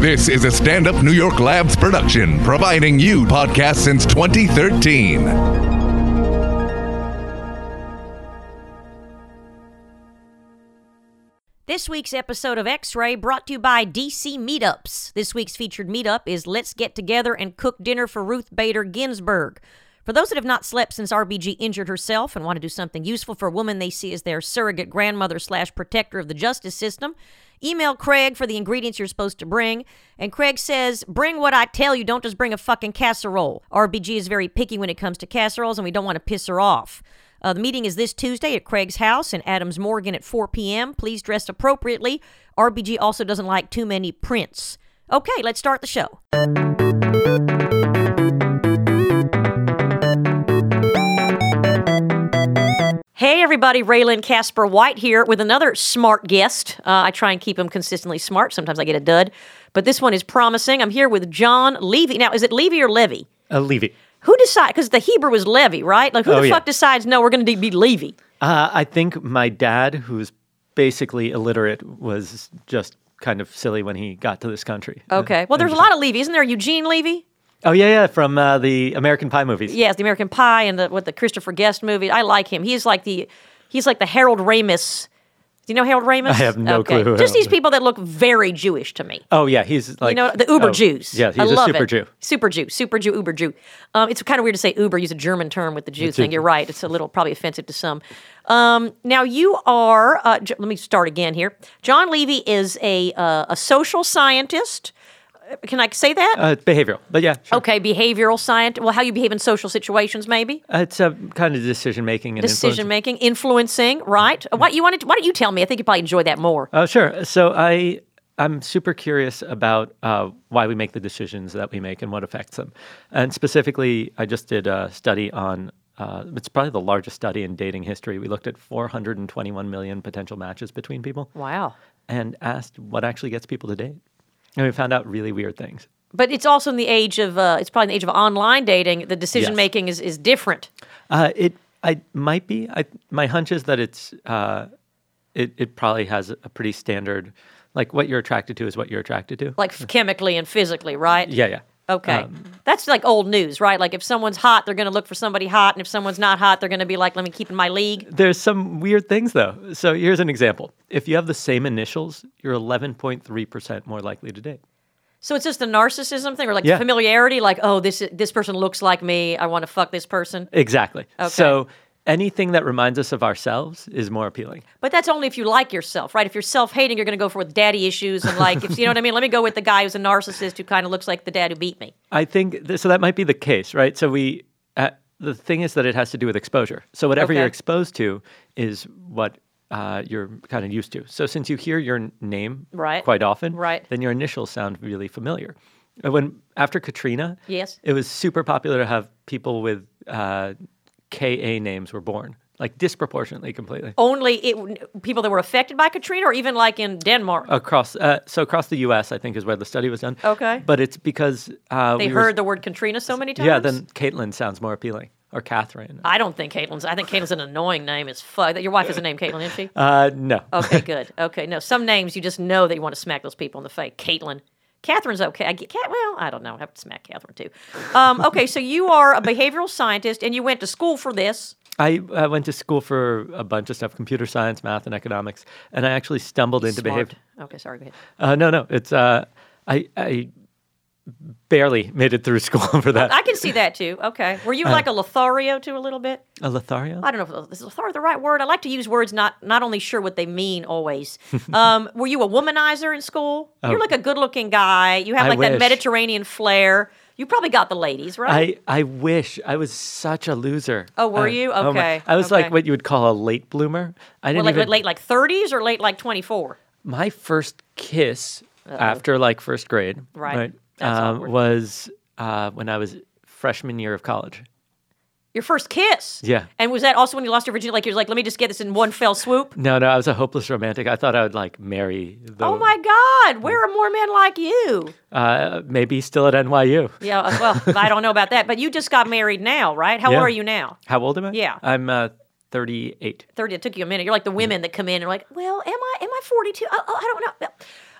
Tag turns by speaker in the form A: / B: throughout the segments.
A: This is a stand up New York Labs production, providing you podcasts since 2013.
B: This week's episode of X Ray brought to you by DC Meetups. This week's featured meetup is Let's Get Together and Cook Dinner for Ruth Bader Ginsburg. For those that have not slept since RBG injured herself and want to do something useful for a woman they see as their surrogate grandmother slash protector of the justice system, email Craig for the ingredients you're supposed to bring. And Craig says, Bring what I tell you, don't just bring a fucking casserole. RBG is very picky when it comes to casseroles, and we don't want to piss her off. Uh, the meeting is this Tuesday at Craig's house in Adams Morgan at 4 p.m. Please dress appropriately. RBG also doesn't like too many prints. Okay, let's start the show. Hey, everybody, Raylan Casper White here with another smart guest. Uh, I try and keep him consistently smart. Sometimes I get a dud, but this one is promising. I'm here with John Levy. Now, is it Levy or Levy?
C: Uh, Levy.
B: Who decides? Because the Hebrew is Levy, right? Like, who
C: Oh,
B: the
C: yeah.
B: fuck decides, no, we're going to be Levy?
C: Uh, I think my dad, who's basically illiterate, was just kind of silly when he got to this country. Uh,
B: Okay. Well, there's a lot of Levy. Isn't there Eugene Levy?
C: oh yeah, yeah, from uh, the American Pie movies.
B: Yes, the American Pie and the what the Christopher Guest movie. I like him. He's like the he's like the Harold Ramis. Do you know Harold Ramis? I
C: have no
B: okay.
C: clue
B: Just
C: who Harold
B: these
C: is.
B: people that look very Jewish to me.
C: Oh yeah, he's like
B: you know the Uber
C: oh,
B: Jews.
C: Yeah,
B: I
C: he's a
B: love
C: super
B: it.
C: Jew.
B: Super Jew, super Jew, Uber Jew. Um, it's kind of weird to say Uber. Use a German term with the Jew thing.
C: a-
B: You're right. It's a little probably offensive to some. Um, now you are. Uh, J- let me start again here. John Levy is a uh, a social scientist. Uh, Can I say that?
C: Uh, it's behavioral, but yeah, sure.
B: okay, behavioral science. Well, how you behave in social situations, maybe
C: Uh, it's uh, kind of decision making and influence.
B: decision making, influencing, right?
C: Mm-hmm.
B: Uh, What you wanted? Why don't you tell me? I think you probably enjoy that more.
C: Oh sure. So I I'm super curious about uh, why we make the decisions that we make and what affects them. And specifically, I just did a study on. Uh, it's probably the largest study in dating history. We looked at 421 million potential matches between people
B: Wow.
C: and asked what actually gets people to date. And we found out really weird things.
B: But it's also in the age of uh, it's probably in the age of online dating. The decision making is, is different.
C: Uh, it I might be. I my hunch is that it's uh, it it probably has a pretty standard like what you're attracted to is what you're attracted to.
B: like f- chemically and physically, right?
C: yeah, um, yeah.
B: Okay. That's like old news, right? Like if someone's hot, they're going to look for somebody hot, and if someone's not hot, they're going to be like, "Let me keep in my league."
C: There's some weird things though. So here's an example. If you have the same initials, you're 11.3% more likely to date.
B: So it's just the narcissism thing, or like
C: Yeah.
B: familiarity, like, "Oh, this this person looks like me. I want to fuck this person."
C: Exactly. So anything that reminds us of ourselves is more appealing.
B: But that's only if you like yourself, right? If you're self-hating, you're going to go for with daddy issues and like, if you know what I mean. Let me go with the guy who's a narcissist who kind of looks like the dad who beat me.
C: I think th- so. That might be the case, right? So we uh, the thing is that it has to do with exposure. So whatever you're
B: Okay.
C: exposed to is what uh, you're kind of used to. So since you hear your n- name
B: Right.
C: quite often,
B: Right.
C: then your initials sound really familiar. Uh, When after Katrina,
B: Yes.
C: it was super popular to have people with uh, KA names were born, like disproportionately, completely.
B: Only it, people that were affected by Katrina, or even like in Denmark,
C: Across, uh, so across the U.S., I think is where the study was done.
B: Okay.
C: but it's because uh,
B: they
C: we were-
B: heard the word Katrina so many times.
C: Yeah, then Caitlin sounds more appealing, or Catherine.
B: I don't think Caitlin's. I think Caitlin's an annoying name as fuck. Your wife is a name, Caitlin, isn't she?
C: Uh, no.
B: Okay, good. Okay, no. Some names you just know that you want to smack those people in the face. Caitlin, Catherine's okay. I get Cat. Well, I don't know. I have to smack Catherine too. Um, okay, so you are a behavioral scientist, and you went to school for this.
C: I, I went to school for a bunch of stuff: computer science, math, and economics. And I actually stumbled into
B: Smart.
C: behavior.
B: Okay, sorry. Go ahead.
C: Uh, no, no, it's uh, I I barely made it through school for that.
B: I can see that too. Okay, were you like a Lothario too a little bit?
C: a Lothario?
B: I don't know if is Lothario the right word. I like to use words not not only sure what they mean always. Um, were you a womanizer in school? You're like a good looking guy. You have
C: Oh. I
B: like that
C: wish.
B: Mediterranean flair. You probably got the ladies, right?
C: I, I wish I was such a loser.
B: Oh, were
C: Uh,
B: you?
C: oh my-
B: Okay,
C: I was
B: okay.
C: like what you would call a late bloomer. I
B: Well,
C: didn't
B: like
C: even
B: late like 30s or late like 24.
C: my first kiss after like first grade
B: Right. That's
C: um,
B: awkward.
C: was uh, when I was freshman year of college.
B: Your first kiss.
C: Yeah.
B: And was that also when you lost your virginity? Like you're like, let me just get this in one fell swoop.
C: No, no, I was a hopeless romantic. I thought I would like marry the
B: Oh my God, where are more men like you?
C: uh, maybe still at NYU.
B: Yeah, uh, well, I don't know about that, but you just got married now, right? How
C: Yeah.
B: old are you now?
C: How old am I?
B: Yeah.
C: I'm uh, 38.
B: 30, it took you a minute. You're like the women that come in and are like, well, am I, am I 42? Oh, oh, I don't know.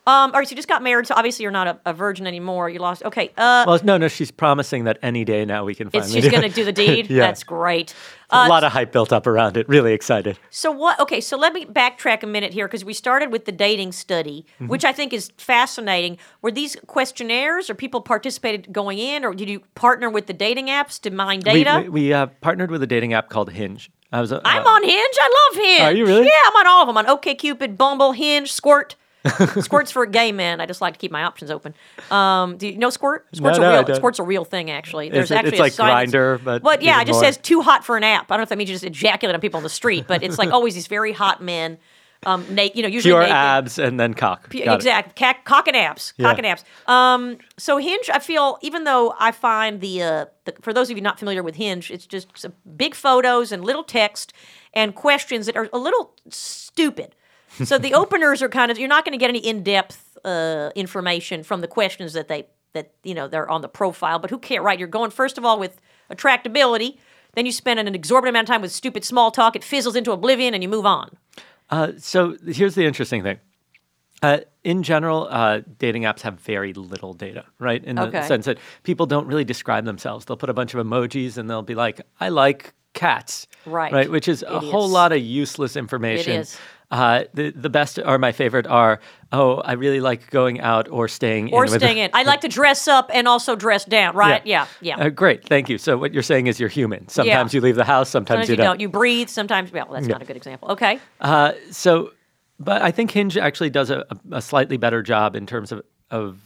B: Um, all right, so you just got married, so obviously you're not a, a virgin anymore. You lost. Okay. Uh,
C: Well, no, no, she's promising that any day now we can finally.
B: it's, she's
C: do
B: going to
C: it.
B: do the deed.
C: yeah.
B: That's great. Uh,
C: a lot of hype built up around it. Really excited.
B: So what? Okay, so let me backtrack a minute here because we started with the dating study,
C: Mm-hmm.
B: which I think is fascinating. Were these questionnaires or people participated going in, or did you partner with the dating apps to mine
C: We,
B: data?
C: we, we uh, partnered with a dating app called Hinge. I was. Uh,
B: I'm on Hinge. I love Hinge.
C: Are you really?
B: Yeah, I'm on all of them. On OKCupid, Bumble, Hinge, Squirt. Squirt's for gay men. I just like to keep my options open. Um, do you know Squirt? Squirt's
C: no, I
B: a real
C: don't.
B: Squirt's a real thing actually. There's
C: it-
B: actually
C: it's
B: a
C: like
B: science-
C: Grindr, but
B: Well, yeah,
C: even
B: it just
C: more.
B: says too hot for an app. I don't know if that means you just ejaculate on people on the street, but it's like always these very hot men. Um, na- you know, usually
C: Pure
B: naked.
C: abs and then cock.
B: P-
C: Got it.
B: exact Cack, cock and abs, cock
C: Yeah.
B: and abs. Um, so Hinge, I feel, even though I find the, uh, the for those of you not familiar with Hinge, it's just some big photos and little text and questions that are a little stupid. So the openers are kind of you're not going to get any in depth uh, information from the questions that they that you know they're on the profile. But who cares, right? You're going first of all with attractability. Then you spend an exorbitant amount of time with stupid small talk. It fizzles into oblivion, and you move on.
C: Uh, so here's the interesting thing. Uh, in general, uh, dating apps have very little data, right? In the
B: Okay.
C: sense that people don't really describe themselves. They'll put a bunch of emojis and they'll be like, "I like cats,"
B: Right.
C: Right, which is a whole
B: Idiots.
C: lot of useless information.
B: It is.
C: Uh, the the best or my favorite are, "Oh, I really like going out or staying
B: or
C: in." with-
B: staying in. I like to dress up and also dress down, right? Yeah, yeah.
C: Uh, great, thank you. So what you're saying is you're human. Sometimes you leave the house, sometimes,
B: sometimes you don't. You breathe. Sometimes, well, that's not a good example. Okay.
C: Uh, so, but I think Hinge actually does a, a slightly better job in terms of, of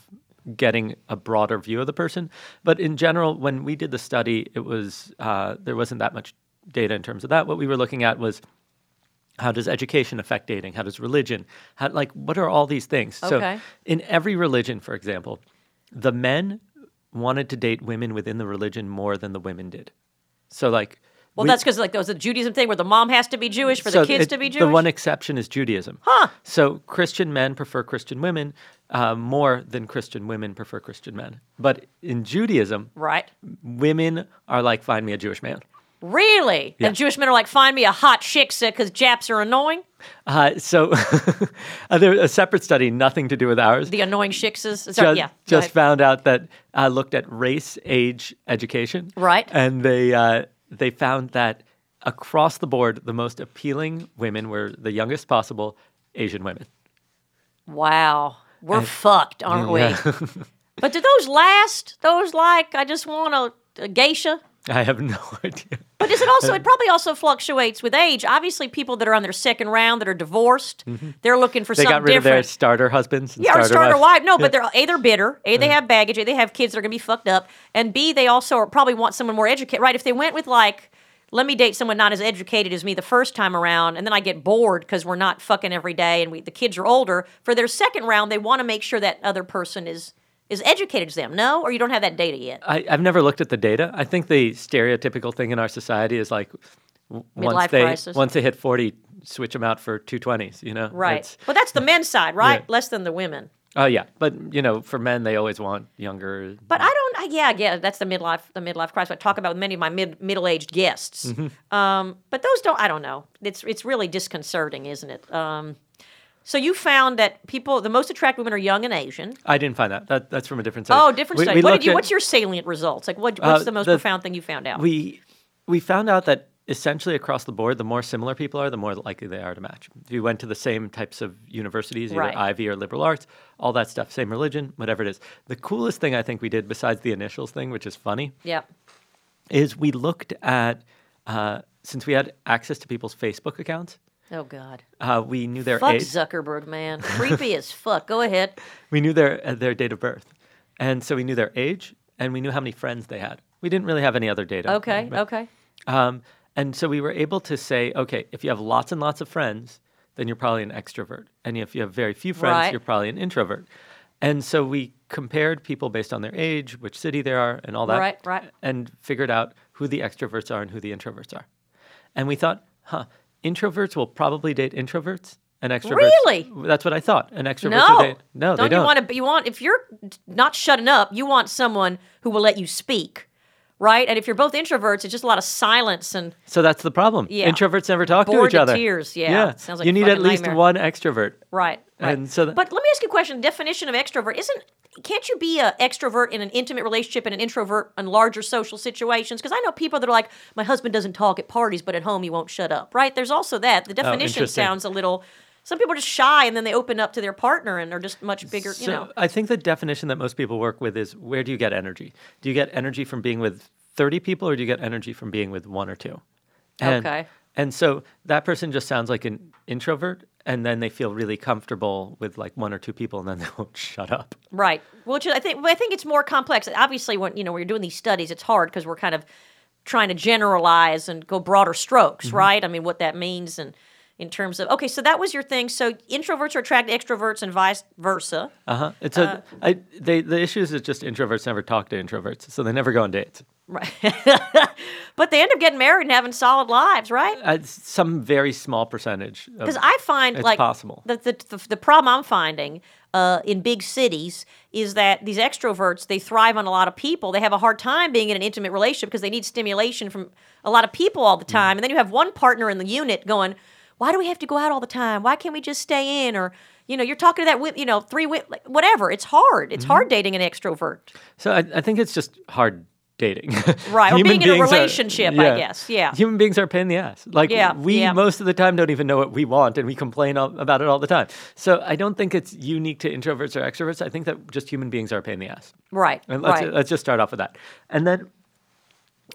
C: getting a broader view of the person. But in general, when we did the study, it was uh, there wasn't that much data in terms of that. What we were looking at was how does education affect dating? How does religion? How, like, what are all these things?
B: Okay.
C: So, in every religion, for example, the men wanted to date women within the religion more than the women did. So, like,
B: Well,
C: we-
B: that's because like there was a Judaism thing where the mom has to be Jewish for the
C: so
B: kids
C: it-
B: to be Jewish.
C: The one exception is Judaism. Huh. So Christian men prefer Christian women uh, more than Christian women prefer Christian men. But in Judaism,
B: right.
C: women are like, find me a Jewish man.
B: Really? And Jewish men are like, find me a hot shiksa because Japs are annoying.
C: Uh, so uh, there, a separate study, nothing to do with ours.
B: The annoying shiksas. Sorry,
C: just,
B: yeah. go
C: just
B: ahead.
C: found out that uh, looked at race, age, education.
B: Right.
C: And they uh, they found that across the board, the most appealing women were the youngest possible Asian women.
B: wow. We're fucked, aren't we? but do those last? Those like, I just want a, a geisha.
C: I have no idea.
B: But is it also?
C: Uh,
B: It probably also fluctuates with age. Obviously, people that are on their second round that are divorced, they're looking for
C: Mm-hmm. They
B: something
C: got rid of their
B: different.
C: starter Mm-hmm. husbands. and
B: yeah, or starter
C: wives.
B: wife. No, but they're a they're bitter. A they have baggage. A they have kids that are going to be fucked up. And B they also are, probably want someone more educated. Right? If they went with like, let me date someone not as educated as me the first time around, and then I get bored because we're not fucking every day, and we the kids are older. For their second round, they want to make sure that other person is is educated as them. No, or you don't have that data yet.
C: I, I've never looked at the data. I think the stereotypical thing in our society is like w-
B: Midlife
C: once they
B: crisis.
C: once they hit forty, switch them out for two twenties. You know,
B: Right.
C: It's-
B: But that's the men's side, right?
C: Yeah.
B: Less than the women.
C: Oh yeah, but you know, for men, they always want younger.
B: But I don't. I, yeah, yeah. That's the midlife. The midlife crisis. I talk about with many of my mid middle aged guests.
C: Mm-hmm.
B: Um, but those don't. I don't know. It's it's really disconcerting, isn't it? Um, so you found that people, the most attractive women are young and Asian.
C: I didn't find that. that that's from a different study.
B: Oh, different
C: Uh, We-
B: study.
C: we
B: what
C: looked
B: did you?
C: at-
B: what's your salient results? Like what? What's
C: Uh,
B: the most
C: the-
B: profound thing you found out?
C: We we found out that essentially across the board, the more similar people are, the more likely they are to match. If you went to the same types of universities, either
B: Right.
C: Ivy or liberal arts, all that stuff, same religion, whatever it is. The coolest thing I think we did, besides the initials thing, which is funny,
B: yeah.
C: is we looked at uh, since we had access to people's Facebook accounts,
B: Oh God.
C: uh, we knew their
B: Fuck
C: age,
B: Zuckerberg, man. Creepy as fuck. Go ahead.
C: we knew their uh, their date of birth, and so we knew their age, and we knew how many friends they had. We didn't really have any other data.
B: Okay.
C: but-
B: Okay.
C: Um, and so we were able to say, okay, if you have lots and lots of friends, then you're probably an extrovert. And if you have very few friends,
B: Right.
C: you're probably an introvert. And so we compared people based on their age, which city they are, and all that.
B: Right, right.
C: And figured out who the extroverts are and who the introverts are. And we thought, huh, introverts will probably date introverts. And extroverts.
B: Really?
C: That's what I thought. And extroverts
B: No,
C: will date. No,
B: don't
C: they don't.
B: you want to? You want if you're not shutting up, you want someone who will let you speak, right? And if you're both introverts, it's just a lot of silence and
C: So that's the problem.
B: Yeah.
C: Introverts never talk
B: Bored
C: to each
B: to
C: other.
B: tears, yeah. Sounds like
C: you
B: a
C: need at
B: fucking
C: least
B: nightmare.
C: one extrovert.
B: right.
C: And so that,
B: But let me ask you a question. Definition of extrovert isn't can't you be an extrovert in an intimate relationship and an introvert in larger social situations? Because I know people that are like, my husband doesn't talk at parties, but at home he won't shut up. Right? There's also that. The definition
C: Oh, interesting.
B: sounds a little. Some people are just shy, and then they open up to their partner and are just much bigger. you
C: So
B: know.
C: I think the definition that most people work with is where do you get energy? Do you get energy from being with 30 people or do you get energy from being with one or two? And,
B: Okay.
C: And so that person just sounds like an introvert and then they feel really comfortable with like one or two people and then they won't shut up.
B: Right. Which I think well, I think it's more complex. Obviously, when you know when you're doing these studies, it's hard because we're kind of trying to generalize and go broader strokes, right? I mean, what that means and in terms of okay, so that was your thing. So introverts are attracted to extroverts and vice versa.
C: Uh-huh. It's
B: Uh,
C: a, I, they, the issue is that just introverts never talk to introverts, so they never go on dates.
B: Right. but they end up getting married and having solid lives, right?
C: Uh, some very small percentage. of-
B: Because I find
C: it's
B: like
C: possible.
B: The, the, the, the problem I'm finding uh, in big cities is that these extroverts they thrive on a lot of people. They have a hard time being in an intimate relationship because they need stimulation from a lot of people all
C: Mm.
B: the time. And then you have one partner in the unit going, "Why do we have to go out all the time? Why can't we just stay in?" Or you know, you're talking to that wi- you know three wi- like, whatever. It's hard. It's hard
C: Mm-hmm.
B: dating an extrovert.
C: So I, I think it's just hard dating.
B: Right, or
C: Human
B: being in a
C: beings are-
B: relationship, I guess, yeah.
C: Human beings are a pain in the ass. Like
B: Yeah,
C: we
B: yeah.
C: most of the time don't even know what we want and we complain all, about it all the time. So I don't think it's unique to introverts or extroverts. I think that just human beings are a pain in the ass.
B: Right.
C: And let's,
B: right.
C: let's just start off with that. And then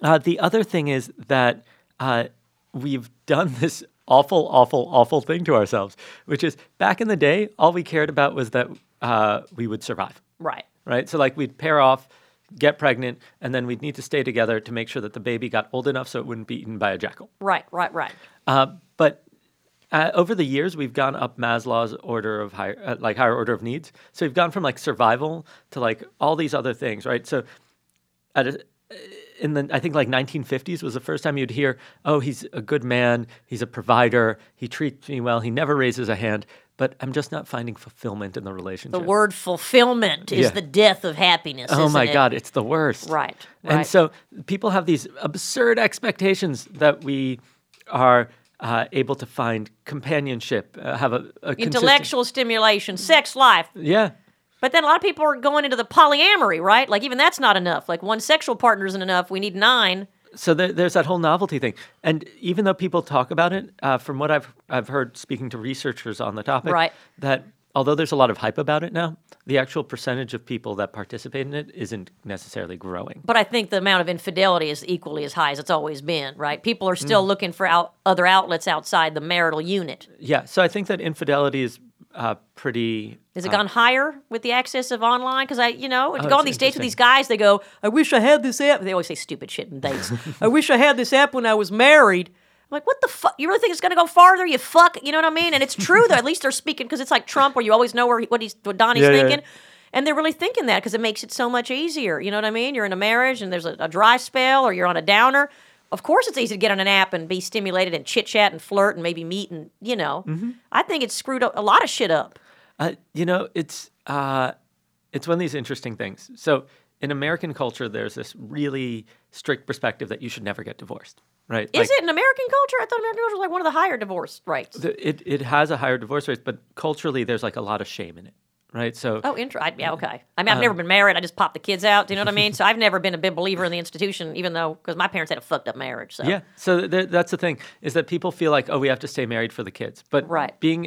C: uh, the other thing is that uh, we've done this awful, awful, awful thing to ourselves, which is back in the day, all we cared about was that uh, we would survive
B: right.
C: right? So like we'd pair off, get pregnant, and then we'd need to stay together to make sure that the baby got old enough so it wouldn't be eaten by a jackal.
B: Right. Right. Right.
C: Uh, but uh, over the years, we've gone up Maslow's order of higher, uh, like higher order of needs. So we've gone from like survival to like all these other things, right? So at a, in the I think like 1950s was the first time you'd hear, "Oh, he's a good man. He's a provider. He treats me well. He never raises a hand." But I'm just not finding fulfillment in the relationship.
B: The word fulfillment is
C: Yeah.
B: the death of happiness.
C: Oh
B: isn't
C: my
B: it?
C: God, it's the worst.
B: Right,
C: And
B: right.
C: so people have these absurd expectations that we are uh, able to find companionship, uh, have a, a consistent-
B: intellectual stimulation, sex life.
C: Yeah.
B: But then a lot of people are going into the polyamory, right? Like even that's not enough. Like one sexual partner isn't enough. We need nine.
C: So there, there's that whole novelty thing, and even though people talk about it, uh, from what I've I've heard speaking to researchers on the topic,
B: Right.
C: that although there's a lot of hype about it now, the actual percentage of people that participate in it isn't necessarily growing.
B: But I think the amount of infidelity is equally as high as it's always been, right? People are still looking for out- other outlets outside the marital unit.
C: Yeah. So I think that infidelity is uh, pretty
B: Has it gone higher with the access of online? Because I, you know, to go
C: Uh, Oh, it's
B: on these dates with
C: interesting.
B: these guys, they go, "I wish I had this app." They always say stupid shit in dates. I wish I had this app when I was married. I'm like, what the fuck? You really think it's gonna go farther? You fuck, you know what I mean? And it's true though. At least they're speaking because it's like Trump, where you always know where he, what he's what Donnie's
C: Yeah, yeah, yeah.
B: thinking. And they're really thinking that because it makes it so much easier. You know what I mean? You're in a marriage and there's a, a dry spell or you're on a downer. Of course, it's easy to get on an app and be stimulated and chit chat and flirt and maybe meet and, you know.
C: Mm-hmm.
B: I think it's screwed up, a lot of shit up.
C: Uh, you know, it's uh, it's one of these interesting things. So in American culture, there's this really strict perspective that you should never get divorced, right?
B: Is it in American culture? I thought American culture was like one of the higher divorce rates.
C: It it has a higher divorce rate, but culturally, there's like a lot of shame in it, right? So
B: oh, intro. I, yeah, okay. I mean, I've never been married. I just popped the kids out. Do you know what I mean? so I've never been a big believer in the institution, even though because my parents had a fucked up marriage. So
C: yeah, so th- th- that's the thing is that people feel like, oh, we have to stay married for the kids, but
B: Right.
C: being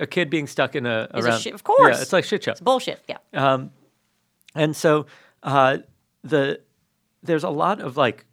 C: a kid being stuck in a
B: Is a
C: around,
B: shit- of course.
C: yeah, it's like shit show.
B: it's bullshit. Yeah.
C: And so uh, the there's a lot of like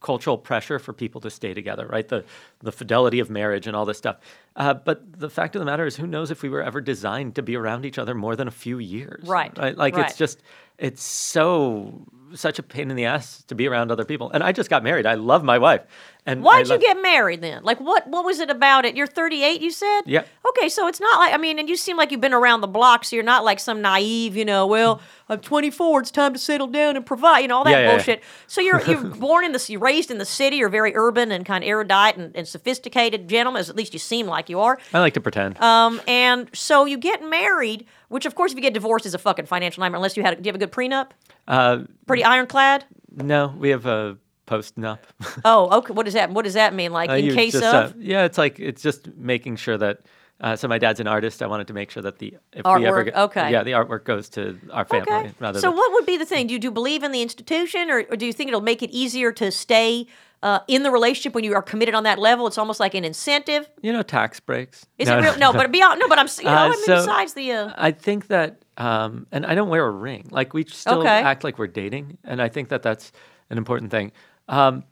C: cultural pressure for people to stay together, right? The the fidelity of marriage and all this stuff. Uh, but the fact of the matter is, who knows if we were ever designed to be around each other more than a few years,
B: Right,
C: Right? Like
B: right.
C: it's just it's so such a pain in the ass to be around other people. And I just got married. I love my wife. And I
B: Why'd you
C: love-
B: get married then? Like, what what was it about it? You're 38, you said?
C: Yeah.
B: Okay, so it's not like, I mean, and you seem like you've been around the block, so you're not like some naive, you know, well, I'm 24, it's time to settle down and provide, you know, all that
C: Yeah, yeah, yeah.
B: bullshit. So you're you're born in the, c- you're raised in the city, you're very urban and kind of erudite and, and sophisticated gentleman, as at least you seem like you are.
C: I like to pretend.
B: Um, and so you get married, which of course, if you get divorced, is a fucking financial nightmare, unless you had, a, do you have a good prenup?
C: Uh,
B: Pretty ironclad?
C: no, we have a post nup.
B: Oh, okay. What does that? What does that mean? Like
C: Uh,
B: in
C: you
B: case
C: just,
B: of?
C: uh, yeah, it's like it's just making sure that Uh, so my dad's an artist. I wanted to make sure that the if we ever
B: Artwork,
C: get-
B: okay.
C: yeah the artwork goes to our family
B: Okay.
C: rather
B: So,
C: than Mm.
B: what would be the thing? Do you, do you believe in the institution, or, or do you think it'll make it easier to stay uh, in the relationship when you are committed on that level? It's almost like an incentive.
C: you know tax breaks.
B: Is it real? No, but beyond. No, but I'm. s- You know,
C: Uh,
B: I mean,
C: so-
B: besides the. Uh,
C: I think that, um, and I don't wear a ring. Like we still
B: Okay.
C: act like we're dating, and I think that that's an important thing. Um,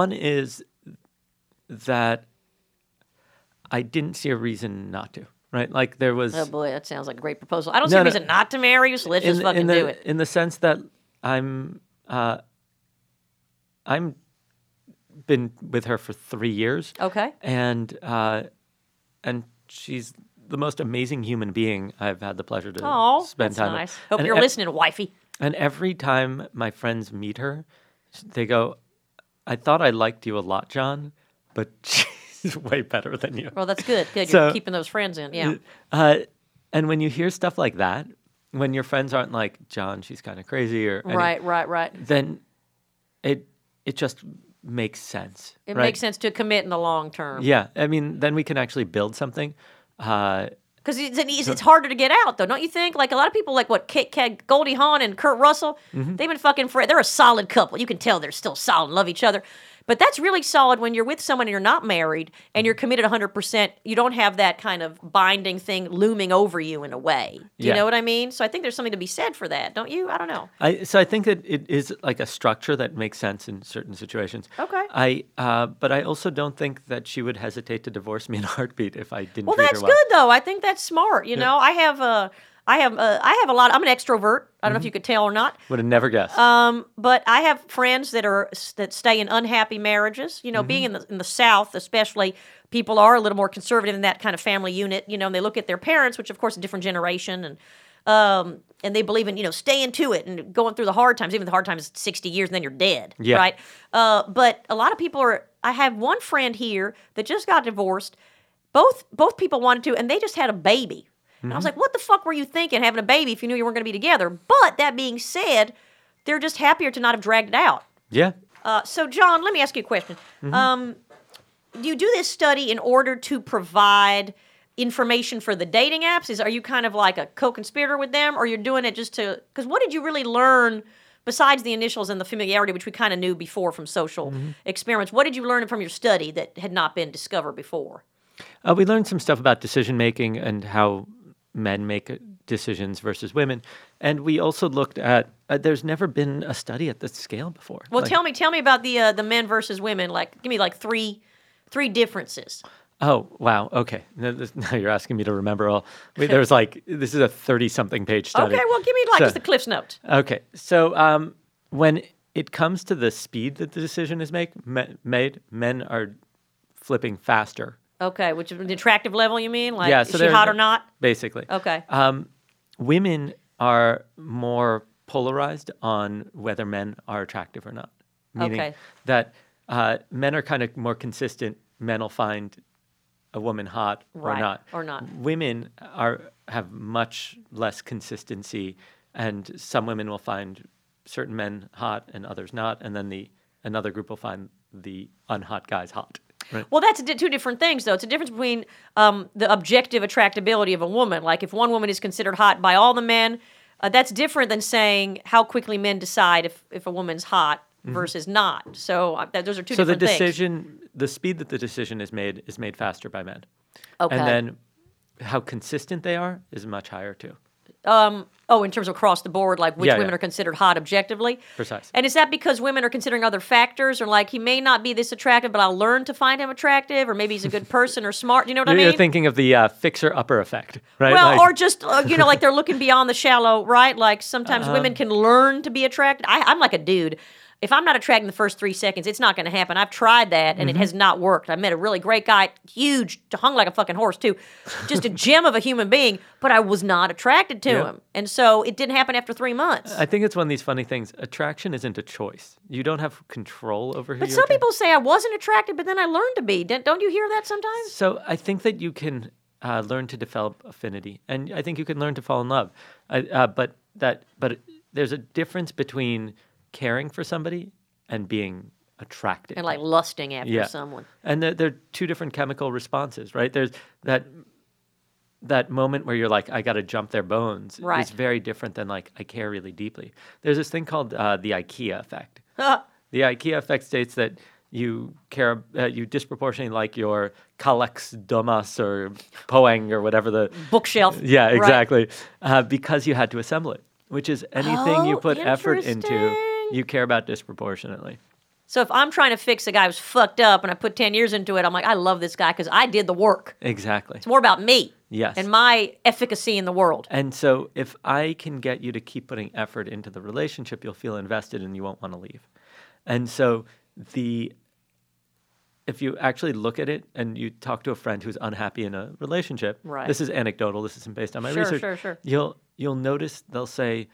C: one is that I didn't see a reason not to. Right? Like there was
B: oh boy, that sounds like a great proposal. I don't see
C: No,
B: a
C: no.
B: reason not to marry you, so let's just
C: in,
B: fucking
C: in the
B: do it.
C: in the sense that I'm uh, I'm been with her for three years.
B: Okay.
C: and uh, and she's the most amazing human being I've had the pleasure to
B: Oh,
C: uh, spend
B: that's
C: time.
B: nice.
C: With.
B: Hope
C: And
B: you're
C: ev-
B: listening, wifey.
C: And every time my friends meet her, they go, "I thought I liked you a lot, John, but she's way better than you."
B: Well, that's good. Good, you're
C: So-
B: keeping those friends in. Yeah.
C: Uh, and when you hear stuff like that, when your friends aren't like, "John, she's kind of crazy," or any-
B: Right, right, right.
C: then it it just makes sense.
B: It
C: right?
B: makes sense to commit in the long term.
C: Yeah, I mean, then we can actually build something. Uh,
B: Because it's, it's, it's harder to get out, though, don't you think? Like a lot of people, like what Kit Kat, Goldie Hawn and Kurt Russell, they've been fucking friends. They're a solid couple. You can tell they're still solid, and love each other. But that's really solid when you're with someone and you're not married and you're committed 100%. You don't have that kind of binding thing looming over you in a way. Do you
C: Yeah.
B: know what I mean? So I think there's something to be said for that, don't you? I don't know.
C: I so I think that it is like a structure that makes sense in certain situations.
B: Okay.
C: I uh, but I also don't think that she would hesitate to divorce me in a heartbeat if I didn't.
B: Well,
C: treat
B: that's
C: her well.
B: good though. I think that's smart. You know, I have a, I have a, I have a lot. I'm an extrovert. I don't know if you could tell or not.
C: Would have never guessed.
B: Um, but I have friends that are that stay in unhappy marriages. You know, being in the in the South, especially, people are a little more conservative in that kind of family unit. You know, and they look at their parents, which of course a different generation, and um, and they believe in you know staying to it and going through the hard times. Even the hard times, sixty years, and then you're dead,
C: Yeah.
B: right? Uh, but a lot of people are. I have one friend here that just got divorced. Both both people wanted to, and they just had a baby. And I was like, "What the fuck were you thinking having a baby if you knew you weren't going to be together?" But that being said, they're just happier to not have dragged it out.
C: yeah.
B: Uh, so, John, let me ask you a question.
C: Mm-hmm.
B: Um, do you do this study in order to provide information for the dating apps? Is are you kind of like a co-conspirator with them, or you're doing it just to? Because what did you really learn besides the initials and the familiarity, which we kind of knew before from social
C: Mm-hmm.
B: experiments? What did you learn from your study that had not been discovered before?
C: Uh, we learned some stuff about decision making and how men make uh, decisions versus women, and we also looked at. Uh, there's never been a study at this scale before.
B: Well,
C: Like-
B: tell me, tell me about the uh, the men versus women. Like, give me like three three differences.
C: Oh wow! Okay, now, this, now you're asking me to remember all. Wait, there's like this is a thirty-something page study.
B: Okay, well, give me like
C: So-
B: just the Cliff's notes.
C: Okay, so um, when it comes to the speed that the decision is make me, made, men are flipping faster.
B: Okay, which is the attractive level you mean? Like,
C: yeah,
B: is she
C: so they're-
B: hot or not?
C: Basically,
B: Okay.
C: Um, women are more polarized on whether men are attractive or not. Meaning
B: Okay.
C: that uh, men are kind of more consistent. Men will find a woman hot
B: Right,
C: or not.
B: or not.
C: Women are have much less consistency, and some women will find certain men hot and others not, and then the another group will find the unhot guys hot. Right.
B: Well, that's di- two different things, though. It's a difference between um, the objective attractability of a woman. Like, if one woman is considered hot by all the men, uh, that's different than saying how quickly men decide if, if a woman's hot versus not. So, uh, that, those are two
C: Mm-hmm. so the
B: different things.
C: decision the speed that the decision is made is made faster by men
B: Okay.
C: and then how consistent they are is much higher too
B: Oh, in terms of across the board, like which
C: Yeah,
B: women
C: yeah.
B: are considered hot objectively.
C: Precise.
B: And is that because women are considering other factors, or like he may not be this attractive, but I'll learn to find him attractive, or maybe he's a good person or smart. You know what I
C: you're,
B: mean?
C: you're thinking of the uh, fixer upper effect right
B: Well,
C: Like-
B: or just uh, you know, like they're looking beyond the shallow, right? Like sometimes
C: Uh-huh.
B: women can learn to be attracted. I, I'm like a dude. If I'm not attracted in the first three seconds, it's not going to happen. I've tried that and it
C: Mm-hmm.
B: has not worked. I met a really great guy, huge, hung like a fucking horse too, just a gem of a human being, but I was not attracted to
C: Yeah.
B: him, and so it didn't happen after three months.
C: i think it's one of these funny things attraction isn't a choice you don't have control over who
B: but
C: you're
B: some
C: attra-
B: people say I wasn't attracted, but then I learned to be. Don't don't you hear that sometimes?
C: so i think that you can uh, learn to develop affinity and i think you can learn to fall in love I, uh, but that but there's a difference between caring for somebody and being attracted.
B: and like lusting after
C: Yeah.
B: someone.
C: And there, there are two different chemical responses, right? There's that that moment where you're like, I got to jump their bones.
B: Right.
C: Is very different than like I care really deeply. There's this thing called uh, the IKEA effect.
B: Uh-huh.
C: the IKEA effect states that you care, uh, you disproportionately like your Kalex Domas or Poang or whatever the
B: Bookshelf.
C: yeah
B: right.
C: exactly uh, because you had to assemble it, which is anything you
B: Oh,
C: put effort into,
B: interesting.
C: you care about disproportionately.
B: So if I'm trying to fix a guy who's fucked up and I put 10 years into it, I'm like, I love this guy because I did the work.
C: Exactly.
B: It's more about me.
C: Yes.
B: And my efficacy in the world.
C: And so, if I can get you to keep putting effort into the relationship, you'll feel invested and you won't want to leave. And so, the if you actually look at it and you talk to a friend who's unhappy in a relationship,
B: Right.
C: this is anecdotal. This isn't based on my
B: Sure,
C: research.
B: sure, sure.
C: You'll you'll notice they'll say,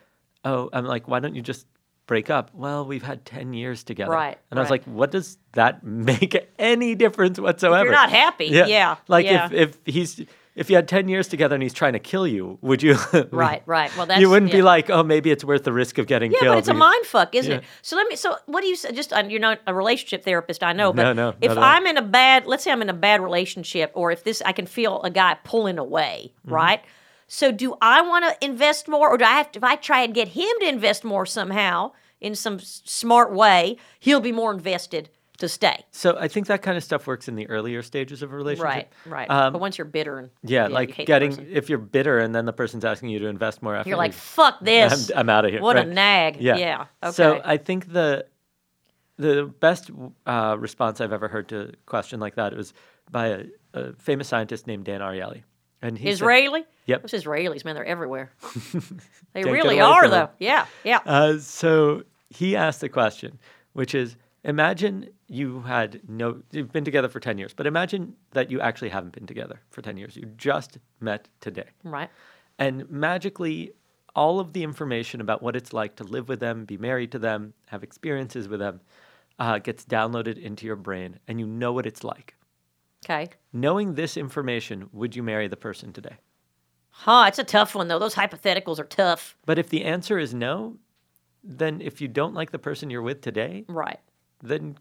C: "Oh, I'm like, why don't you just break up?" Well, we've had ten years together,
B: Right,
C: And I was
B: right.
C: like, "What does that make any difference whatsoever?"
B: If you're not happy, yeah,
C: Like
B: yeah.
C: if if he's if you had 10 years together and he's trying to kill you, would you?
B: Right, right. Well, that's
C: you wouldn't be
B: yeah.
C: like, oh, maybe it's worth the risk of getting
B: Yeah,
C: killed.
B: but it's a
C: because-"
B: mind fuck, isn't
C: Yeah.
B: it? So let me. So what do you say? Just uh, you're not a relationship therapist, I know, but
C: No, no,
B: if
C: not at all.
B: I'm in a bad, let's say I'm in a bad relationship, or if this, I can feel a guy pulling away,
C: Mm-hmm.
B: right? So do I want to invest more, or do I have to? If I try and get him to invest more somehow in some s- smart way, he'll be more invested to stay.
C: So I think that kind of stuff works in the earlier stages of a relationship. Um,
B: Right, right. but once you're bitter and
C: Yeah,
B: you
C: like
B: hate the
C: getting,
B: person,
C: if you're bitter and then the person's asking you to invest more effort.
B: you're like
C: you-
B: fuck this.
C: I'm, I'm out of here.
B: What a
C: Right.
B: nag. Yeah. Okay.
C: So I think the the best uh, response I've ever heard to a question like that was by a, a famous scientist named Dan Ariely. And he said-
B: Israeli?
C: Yep.
B: Those Israelis, man, they're everywhere. they
C: get
B: really
C: away
B: are,
C: from
B: though.
C: them.
B: Yeah, yeah.
C: Uh, so he asked the question, which is imagine you had no, you've been together for 10 years, but imagine that you actually haven't been together for 10 years. You just met today.
B: right.
C: And magically, all of the information about what it's like to live with them, be married to them, have experiences with them uh, gets downloaded into your brain, and you know what it's like.
B: Okay.
C: Knowing this information, would you marry the person today?
B: Huh, it's a tough one, though. Those hypotheticals are tough.
C: But if the answer is no, then if you don't like the person you're with today,
B: Right,
C: then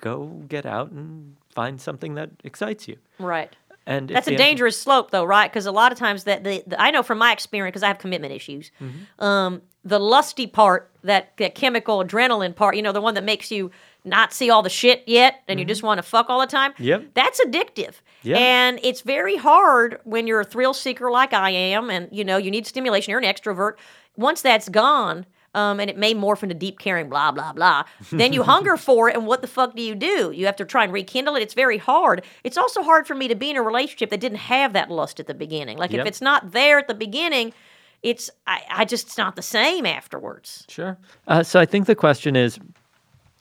C: go get out and find something that excites you.
B: right.
C: And if
B: That's
C: the
B: a
C: answer-
B: dangerous slope, though, right? Because a lot of times that the, the I know from my experience, because I have commitment issues,
C: Mm-hmm.
B: um, the lusty part, that, that chemical adrenaline part, you know, the one that makes you not see all the shit yet, and you just want to fuck all the time.
C: Mm-hmm. Yep.
B: That's addictive.
C: Yeah.
B: And it's very hard when you're a thrill seeker like I am, and you know you need stimulation. You're an extrovert. Once that's gone, um, and it may morph into deep caring, blah blah blah. Then you hunger for it, and what the fuck do you do? You have to try and rekindle it. It's very hard. It's also hard for me to be in a relationship that didn't have that lust at the beginning. Like if
C: Yep.
B: it's not there at the beginning, it's I, I just it's not the same afterwards.
C: Sure. Uh, so I think the question is,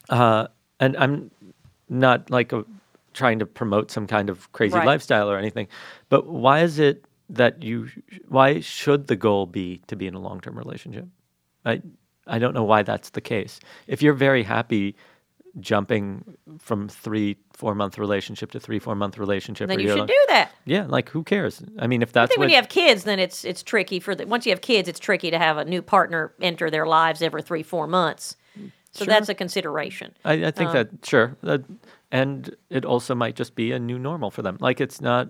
C: uh, and I'm not like a, trying to promote some kind of crazy
B: Right.
C: lifestyle or anything, but why is it that you, sh- why should the goal be to be in a long term relationship? I, I don't know why that's the case. If you're very happy jumping from three, four month relationship to three, four month relationship,
B: Then
C: or
B: you
C: you're
B: should
C: like-
B: do that.
C: Yeah, like who cares? I mean, if
B: I
C: that's
B: think
C: what
B: when you have kids, then it's it's tricky for the once you have kids, it's tricky to have a new partner enter their lives every three four months. So that's a consideration.
C: I, I think
B: um,
C: that sure, that, and it also might just be a new normal for them. Like it's not.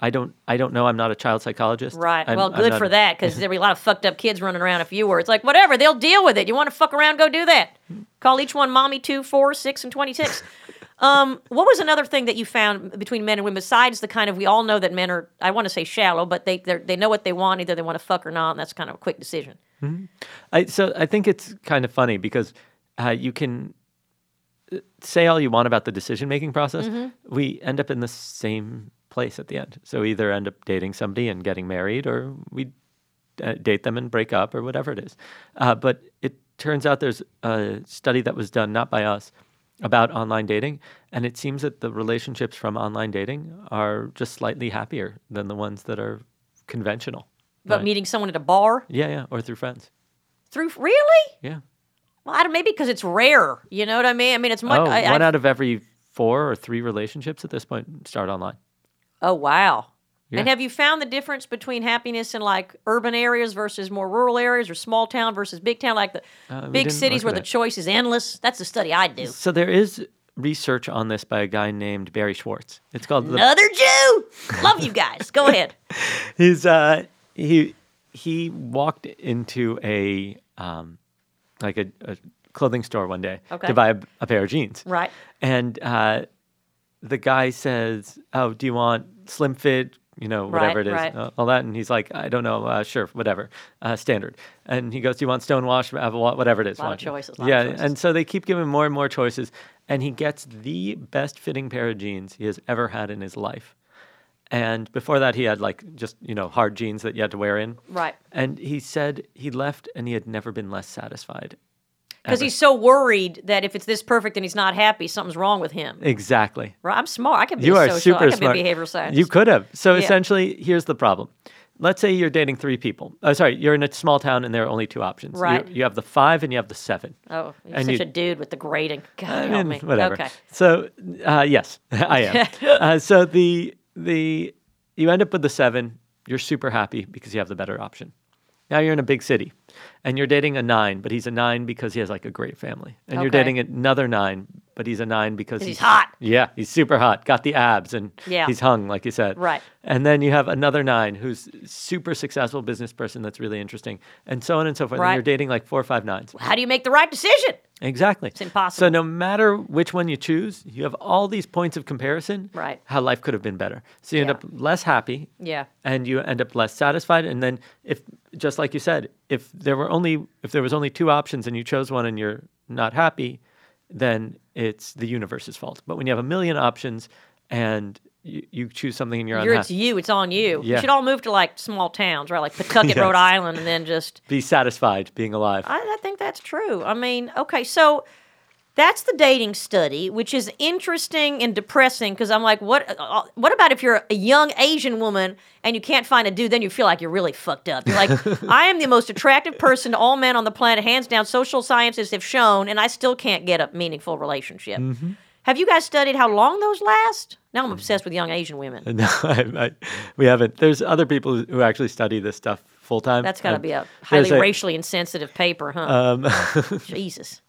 C: I don't. I don't know. I'm not a child psychologist.
B: Right.
C: I'm-
B: well,
C: I'm
B: good
C: not-
B: for that because there'd be a lot of fucked up kids running around if you were. It's like, whatever, they'll deal with it. You want to fuck around, go do that. Call each one mommy two, four, six, and 26. um, what was another thing that you found between men and women besides the kind of, we all know that men are, I want to say shallow, but they they're- they know what they want, either they want to fuck or not, and that's kind of a quick decision.
C: I, so I think it's kind of funny because uh, you can uh, say all you want about the decision making process. We end up in the same place at the end. So we either end up dating somebody and getting married, or we uh, date them and break up, or whatever it is. Uh, but it turns out there's a study that was done not by us about online dating, and it seems that the relationships from online dating are just slightly happier than the ones that are conventional.
B: But
C: Right.
B: meeting someone at a bar
C: Yeah, yeah, or through friends.
B: through, really?
C: Yeah.
B: Well, I don't, maybe because it's rare. You know what I mean? I mean, it's much.
C: Oh, one
B: I, I-
C: out of every four or three relationships at this point start online.
B: Oh wow.
C: Yeah.
B: And have you found the difference between happiness in like urban areas versus more rural areas or small town versus big town, like the
C: Uh, we
B: big
C: didn't
B: cities
C: look
B: where
C: at
B: the
C: it.
B: choice is endless? That's the study I do.
C: So there is research on this by a guy named Barry Schwartz. It's called the
B: Another Jew. Love you guys. Go ahead.
C: He's uh he he walked into a um like a, a clothing store one day
B: Okay.
C: to buy a, a pair of jeans.
B: Right.
C: And uh the guy says, "Oh, do you want slim fit, you know, whatever
B: Right,
C: it is,
B: right.
C: uh, all that?" And he's like, "I don't know, uh, sure, whatever, uh, standard." And he goes, "Do you want stonewashed, uh, wha- whatever it is?"
B: Lot of
C: Wha-
B: choices, lot of
C: yeah,
B: choices.
C: and so they keep giving him more and more choices, and he gets the best fitting pair of jeans he has ever had in his life. And before that, he had like just, you know, hard jeans that you had to wear in.
B: Right.
C: And he said he left and he had never been less satisfied.
B: Because he's so worried that if it's this perfect and he's not happy, something's wrong with him.
C: Exactly.
B: Right? I'm smart. I could be
C: You
B: a
C: are
B: social.
C: super
B: I could
C: smart.
B: be a behavioral scientist.
C: You could have. So
B: Yeah.
C: essentially, here's the problem. Let's say you're dating three people. Oh, sorry, you're in a small town and there are only two options. You-
B: Right.
C: You, have the five and you have the seven.
B: Oh, you're
C: And
B: such
C: you-
B: a dude with the grading. God
C: I
B: help
C: mean,
B: me.
C: Whatever.
B: Okay.
C: So uh, yes, I am. uh, so the the you end up with the seven. You're super happy because you have the better option. Now you're in a big city, and you're dating a nine, but he's a nine because he has like a great family, and you're
B: Okay.
C: dating another nine, but he's a nine because
B: he's hot.
C: Yeah, he's super hot. Got the abs, and
B: Yeah.
C: he's hung, like you said.
B: Right.
C: And then you have another nine who's super successful business person that's really interesting, and so on and so forth.
B: Right.
C: And you're dating like four or five nines.
B: How do you make the right decision?
C: Exactly. It's
B: impossible.
C: So no matter which one you choose, you have all these points of comparison.
B: Right.
C: How life could have been better. So you end
B: Yeah.
C: up less happy.
B: Yeah.
C: And you end up less satisfied. And then if just like you said, if there were only if there was only two options and you chose one and you're not happy, then it's the universe's fault. But when you have a million options and you, you choose something and you're
B: You're, it's
C: unhappy,
B: you. It's on you. You
C: Yeah.
B: should all move to like small towns, right? Like Pawtucket,
C: Yes.
B: Rhode Island, and then just.
C: be satisfied being alive.
B: I, I think that's true. I mean, okay, so that's the dating study, which is interesting and depressing because I'm like, what? Uh, what about if you're a young Asian woman and you can't find a dude? Then you feel like you're really fucked up. You're like, I am the most attractive person to all men on the planet, hands down. Social sciences have shown, and I still can't get a meaningful relationship.
C: Mm-hmm.
B: Have you guys studied how long those last? Now I'm obsessed with young Asian women.
C: no, I, I, we haven't. There's other people who actually study this stuff full time.
B: That's got to be a
C: Um, there's
B: highly
C: a- Um,
B: racially insensitive paper, huh? Jesus.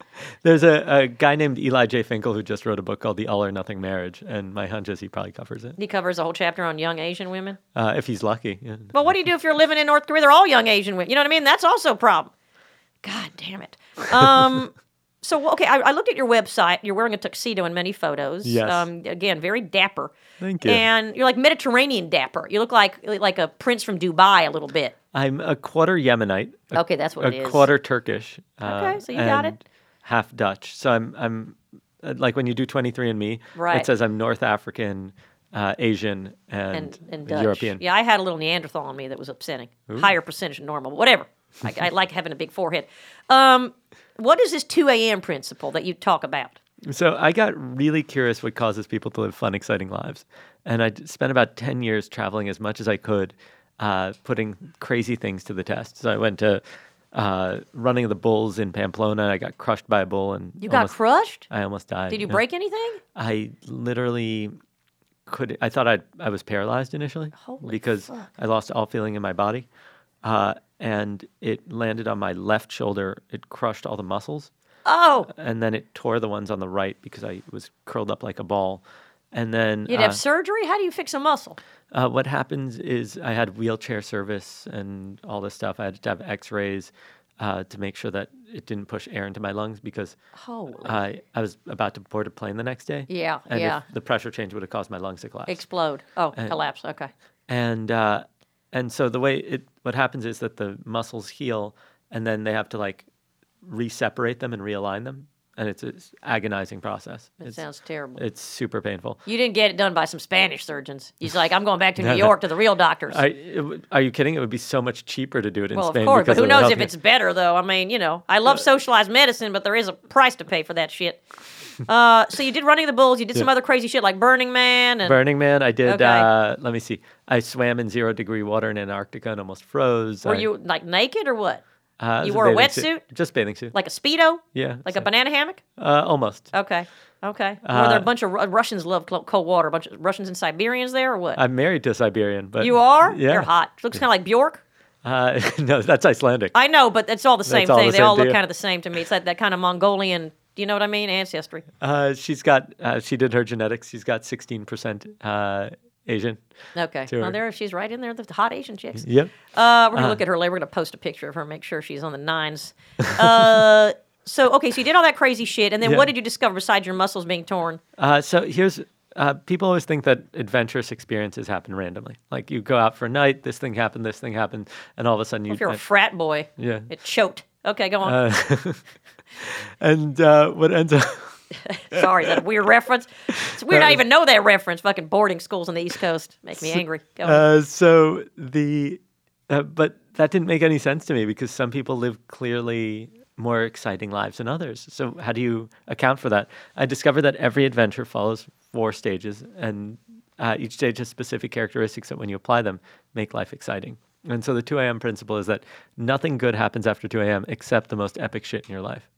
C: There's a, a guy named Eli J. Finkel who just wrote a book called The All or Nothing Marriage, and my hunch is he probably covers it.
B: He covers a whole chapter on young Asian women.
C: Uh, if he's lucky. yeah.
B: But what do you do if you're living in North Korea? They're all young Asian women. You know what I mean? That's also a problem. God damn it. Um, so okay, I, I looked at your website. You're wearing a tuxedo in many photos.
C: Yes.
B: Um, again, very dapper.
C: Thank you.
B: And you're like Mediterranean dapper. You look like like a prince from Dubai a little bit.
C: I'm a quarter Yemenite. A,
B: Okay, that's what
C: a
B: Oh, it is.
C: quarter Turkish. uh,
B: Okay, so you got
C: and
B: it.
C: Half Dutch. So I'm, I'm uh, like when you do 23andMe,
B: Right.
C: it says I'm North African, uh, Asian, and,
B: and, and Dutch.
C: European.
B: Yeah, I had a little Neanderthal on me that was upsetting. Higher percentage than normal, but whatever. I, I like having a big forehead. Um, what is this 2 a.m. principle that you talk about?
C: So I got really curious what causes people to live fun, exciting lives, and I d- spent about ten years traveling as much as I could, uh, putting crazy things to the test. So I went to uh, running the bulls in Pamplona. I got crushed by a bull, and
B: You got
C: almost-
B: crushed?
C: I almost died.
B: Did you
C: yeah.
B: break anything?
C: I literally could. I thought I I was paralyzed initially
B: Holy
C: because I lost all feeling in my body, uh, and it landed on my left shoulder. It crushed all the muscles
B: Oh,
C: and then it tore the ones on the right because I was curled up like a ball. And then
B: you'd
C: uh,
B: have surgery? How do you fix a muscle?
C: uh, what happens is I had wheelchair service and all this stuff. I had to have X-rays uh, to make sure that it didn't push air into my lungs because
B: Holy.
C: I I was about to board a plane the next day.
B: Yeah,
C: and if
B: yeah.
C: the pressure change would have caused my lungs to collapse.
B: Explode. Oh,
C: Uh,
B: collapse. Okay.
C: and uh, and so the way it what happens is that the muscles heal and then they have to like reseparate them and realign them, and it's an agonizing process.
B: That
C: It's-
B: sounds terrible.
C: It's super painful.
B: you didn't get it done by some Spanish surgeons. He's like, I'm going back to New York to the real doctors.
C: I, it, w- are you kidding? It would be so much cheaper to do it in
B: well, of
C: Spain.
B: course, but
C: because
B: who
C: of the
B: knows if
C: healthcare. Uh,
B: it's better though? I mean, you know, I love socialized medicine, but there is a price to pay for that shit. Uh, so you did running the bulls. You did some other crazy shit like Burning Man and
C: Burning Man? I did.
B: Okay.
C: Uh, let me see. I swam in zero degree water in Antarctica and almost froze.
B: were
C: I-
B: you like naked or what?
C: uh, it
B: you
C: was
B: wore a
C: bathing suit.
B: wetsuit?
C: Just bathing suit.
B: Like a speedo?
C: yeah.
B: Like
C: so-
B: a Oh. banana hammock?
C: uh, almost.
B: Okay. Okay. Were
C: Uh,
B: there a bunch of Ru- Russians love clo- cold water? A bunch of Russians and Siberians there, or what?
C: I'm married to a Siberian, but
B: you are.
C: Yeah.
B: You're hot. Looks kind of like Bjork.
C: Uh, no, that's Icelandic.
B: I know, but it's all the same
C: all
B: thing.
C: the
B: they
C: same
B: all
C: to
B: look
C: you.
B: kind of the same to me. It's like that kind of Mongolian, you know what I mean? Ancestry.
C: Uh, she's got. Uh, she did her genetics. She's got sixteen percent uh, Asian.
B: Okay.
C: To
B: Well,
C: her.
B: there she's right in there, the hot Asian chicks.
C: Yep.
B: Uh, we're
C: Uh-huh.
B: gonna look at her later. We're gonna post a picture of her, make sure she's on the nines. Uh, so okay, so you did all that crazy shit, and then
C: Yeah.
B: what did you discover besides your muscles being torn?
C: Uh, so here's uh, people always think that adventurous experiences happen randomly. Like you go out for a night, this thing happened, this thing happened, and all of a sudden you.
B: If you're a frat boy,
C: Yeah. Uh,
B: it choked. Okay, go on.
C: and uh, what ends up.
B: Sorry, is that a weird reference? It's weird
C: Uh,
B: I even know that reference. Fucking boarding schools on the East Coast make me angry. Go on.
C: Uh, so the, uh, but that didn't make any sense to me because some people live clearly more exciting lives than others. So how do you account for that? I discovered that every adventure follows four stages, and uh, each stage has specific characteristics that, when you apply them, make life exciting. And so the 2 a.m. principle is that nothing good happens after 2 a.m. except the most epic shit in your life.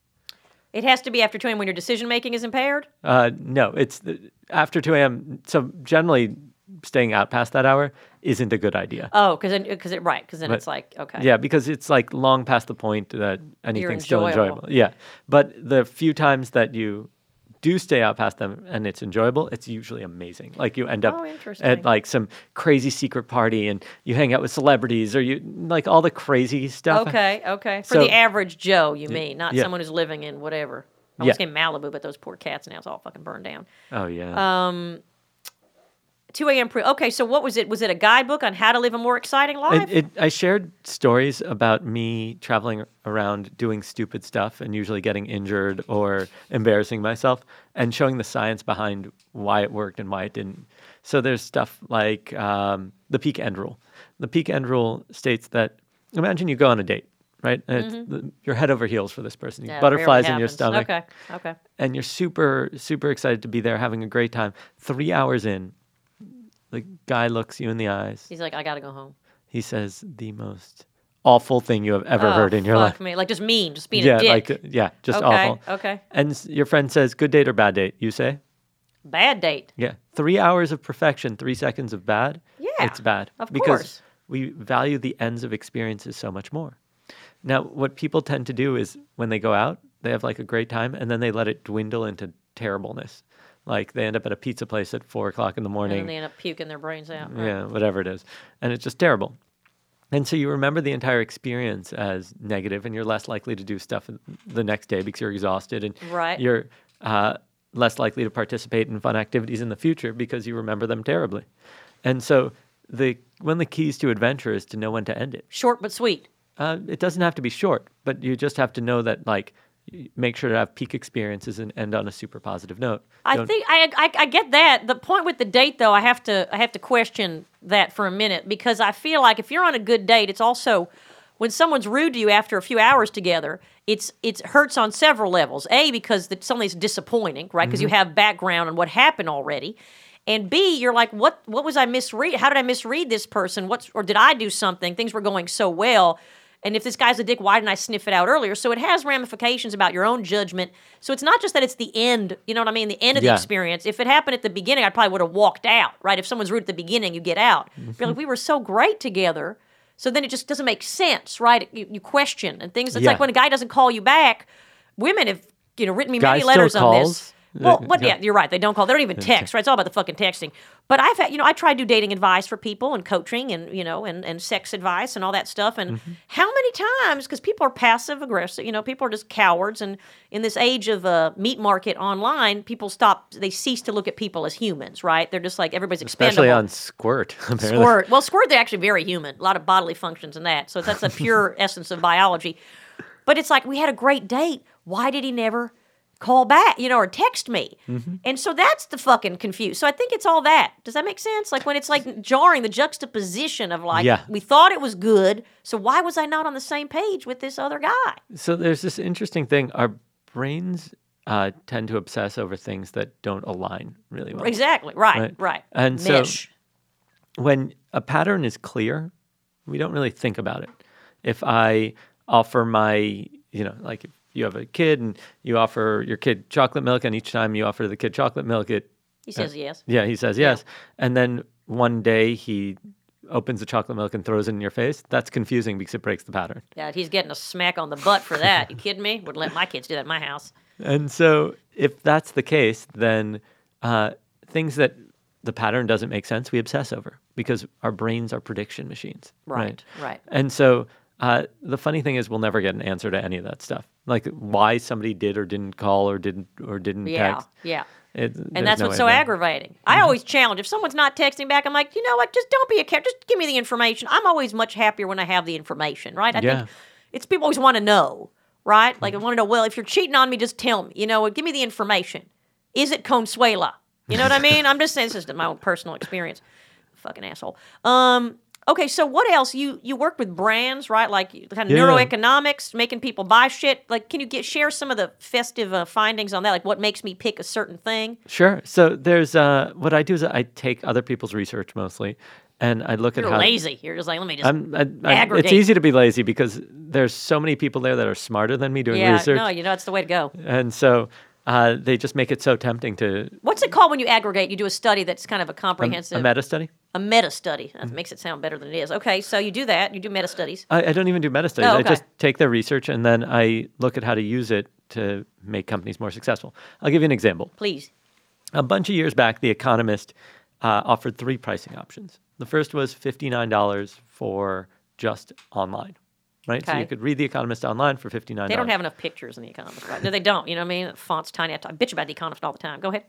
B: It has to be after 20 when your decision making is impaired.
C: Uh, no, it's the, after 2 a.m. So generally, staying out past that hour isn't a good idea.
B: Oh, because because it right because then
C: But-
B: it's like okay.
C: Yeah, because it's like long past the point that anything's still
B: enjoyable.
C: enjoyable. Yeah. But the few times that you do stay out past them and it's enjoyable, it's usually amazing. Like you end up
B: Oh, interesting.
C: at like some crazy secret party and you hang out with celebrities or you like all the crazy stuff.
B: Okay, okay. For
C: So-
B: the average Joe, you mean, not
C: yeah.
B: someone who's living in whatever. I almost
C: Yeah.
B: came Malibu, but those poor cats now it's all fucking burned down.
C: Oh yeah.
B: 2 a.m. pre. Okay, so what was it? Was it a guidebook on how to live a more exciting life?
C: it, it, I shared stories about me traveling around doing stupid stuff and usually getting injured or embarrassing myself and showing the science behind why it worked and why it didn't. So there's stuff like um, the peak end rule. The peak end rule states that imagine you go on a date, right? And it's the, you're head over heels for this person.
B: Mm-hmm. Yeah, it rarely
C: butterflies in your
B: happens.
C: stomach
B: Okay, okay.
C: and you're super super excited to be there having a great time. 3 hours in, the guy looks you in the eyes
B: He's like, I gotta go home.
C: he says the most awful thing you have ever
B: Oh,
C: heard in your
B: fuck
C: life.
B: me. Like just mean, just being
C: Yeah,
B: a dick.
C: like yeah, just
B: Okay,
C: awful.
B: okay.
C: And s- your friend says, "Good date or bad date?" You say,
B: Bad date.
C: "Yeah." Three hours of perfection, three seconds of bad.
B: Yeah,
C: it's bad
B: of
C: because
B: course.
C: we value the ends of experiences so much more. Now, what people tend to do is when they go out, they have like a great time, and then they let it dwindle into terribleness. Like they end up at a pizza place at four o'clock in the
B: And then
C: morning,
B: they end up puking their brains out. right?
C: yeah, whatever it is. And it's just terrible. And so you remember the entire experience as negative, and you're less likely to do stuff the next day because you're exhausted, and
B: Right.
C: you're uh, less likely to participate in fun activities in the future because you remember them terribly. And so the one of the keys to adventure is to know when to end it.
B: Short but sweet.
C: Uh, it doesn't have to be short, but you just have to know that like y- make sure to have peak experiences and end on a super positive note.
B: I
C: Don't-
B: think I, I I get that. The point with the date, though, I have to I have to question that for a minute because I feel like if you're on a good date, it's also when someone's rude to you after a few hours together, it's it hurts on several levels. A because that something's disappointing, right? Because you have background on what happened already, and B you're like, what what was I misread? How did I misread this person? What's or did I do something? Things were going so well. And if this guy's a dick, why didn't I sniff it out earlier? So it has ramifications about your own judgment. So it's not just that it's the end, you know what I mean? The end of the
C: Yeah.
B: experience. If it happened at the beginning, I probably would have walked out, right? If someone's rude at the beginning, you get out. You're like, we were so great together. So then it just doesn't make sense, right? You, you question and things. It's
C: Yeah.
B: like when a guy doesn't call you back, women have, you know, written me
C: Guy
B: many
C: still
B: letters on this.
C: calls?
B: Well, but
C: Yeah.
B: yeah, you're right. They don't call. They don't even text, right? It's all about the fucking texting. But I've had, you know, I try to do dating advice for people and coaching and, you know, and, and sex advice and all that stuff. And how many times, because people are passive aggressive, you know, people are just cowards. And in this age of uh, meat market online, people stop, they cease to look at people as humans, right? They're just like, everybody's expendable.
C: especially on Squirt. apparently.
B: Squirt. Well, squirt, they're actually very human. A lot of bodily functions in that. So that's the pure essence of biology. But it's like, we had a great date. Why did he never call back, you know, or text me?
C: Mm-hmm.
B: And so that's the fucking confused. So I think it's all that. Does that make sense? Like when it's like jarring, the juxtaposition of like,
C: Yeah.
B: we thought it was good. So why was I not on the same page with this other guy?
C: So there's this interesting thing. Our brains uh, tend to obsess over things that don't align really well.
B: Exactly. Right. Right.
C: Right. And so-
B: Mesh.
C: When a pattern is clear, we don't really think about it. If I offer my, you know, like if you have a kid and you offer your kid chocolate milk, and each time you offer the kid chocolate milk, it
B: he says yes.
C: yeah, he says yes. And then one day he opens the chocolate milk and throws it in your face. That's confusing because it breaks the pattern.
B: Yeah, he's getting a smack on the butt for that. You kidding me? Wouldn't let my kids do that in my house.
C: And so, if that's the case, then uh, things that the pattern doesn't make sense, we obsess over because our brains are prediction machines.
B: Right, right.
C: And so, uh, the funny thing is, we'll never get an answer to any of that stuff, like why somebody did or didn't call or didn't or didn't
B: Yeah,
C: text.
B: yeah.
C: It- there's
B: And that's
C: no
B: what's so
C: way Mm-hmm. to know.
B: aggravating. I always challenge if someone's not texting back. I'm like, you know what? Just don't be a cat. Just give me the information. I'm always much happier when I have the information, right? I
C: Yeah. Mm-hmm.
B: think it's people always want to know, right? Like I want to know. Well, if you're cheating on me, just tell me. You know, give me the information. Is it Consuela? You know what I mean? I'm just saying this is my own personal experience. Fucking asshole. Um. Okay, so what else? You you work with brands, right? Like you- kind of
C: Yeah.
B: neuroeconomics, making people buy shit. Like, can you get share some of the festive uh, findings on that? Like, what makes me pick a certain thing?
C: Sure. So there's uh, what I do is I take other people's research mostly, and I look
B: You're
C: at how
B: lazy. You're just like, let me just.
C: I'm, I, I,
B: Aggregate.
C: it's easy to be lazy because there's so many people there that are smarter than me doing
B: yeah,
C: research,
B: no, you know, that's the way to go.
C: and so uh, they just make it so tempting to
B: What's it called when you aggregate? You do a study that's kind of a comprehensive,
C: a meta Mm-hmm. study.
B: a meta study. That makes it sound better than it is. Okay, so you do that. You do meta studies.
C: I, I don't even do meta studies.
B: Oh,
C: I
B: okay.
C: just take their research and then I look at how to use it to make companies more successful. I'll give you an example.
B: Please.
C: A bunch of years back, The Economist uh, offered three pricing options. The first was $59 for just online, right? So
B: Okay.
C: you could read The Economist online for $59.
B: They don't have enough pictures in The Economist, right? No, they don't. You know what I mean? The font's tiny. I t- I bitch about The Economist all the time. Go ahead.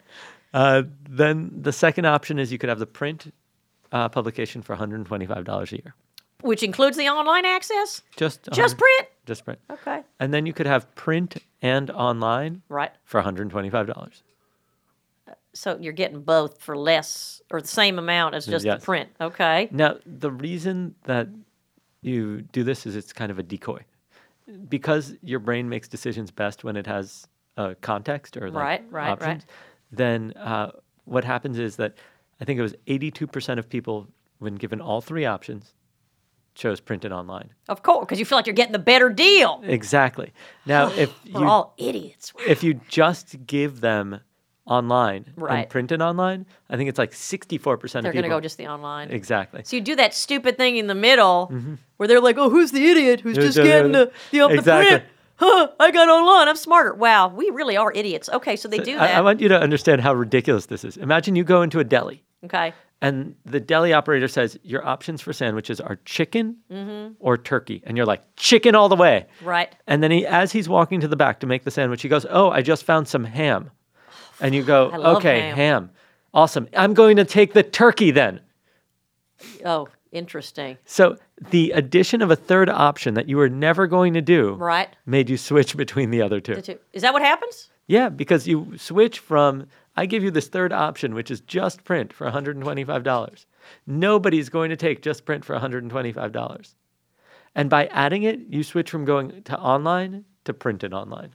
C: Uh, then the second option is you could have the print uh, publication for $125 a year.
B: Which includes the online access?
C: Just,
B: Just
C: 100
B: print?
C: Just print.
B: Okay.
C: And then you could have print and online
B: Right.
C: for $125.
B: So you're getting both for less or the same amount as just
C: Yes.
B: the print. Okay.
C: Now, the reason that you do this is it's kind of a decoy. Because your brain makes decisions best when it has a context or like
B: Right, right, right.
C: options, then uh, what happens is that I think it was 82% of people, when given all three options, chose print and online.
B: Of course, because you feel like you're getting the better deal.
C: Exactly. Now, if
B: Mm. We're
C: you
B: all idiots.
C: if you just give them online
B: Right.
C: and print and online, I think it's like 64%
B: They're
C: of people.
B: going to go just the online.
C: exactly.
B: So you do that stupid thing in the middle where they're like, "Oh, who's the idiot who's
C: Mm-hmm. Who's
B: just
C: the-
B: getting the the, up
C: Exactly.
B: the print? Huh, I got online. I'm smarter. Wow, we really are idiots." Okay, so they do
C: I,
B: that.
C: I want you to understand how ridiculous this is. Imagine you go into a deli
B: okay,
C: and the deli operator says your options for sandwiches are chicken or turkey. And you're like, chicken all the way.
B: Mm-hmm. right.
C: And then he, as he's walking to the back to make the sandwich, he goes, Oh, I just found some ham. And you go,
B: I love
C: Okay,
B: ham."
C: ham. Awesome. I'm going to take the turkey then.
B: Oh, interesting.
C: So the addition of a third option that you were never going to do
B: Right.
C: made you switch between the other two.
B: The two- Is that what happens?
C: Yeah, because you switch from I give you this third option, which is just print for $125. Nobody's going to take just print for $125. And by adding it, you switch from going to online to print and online.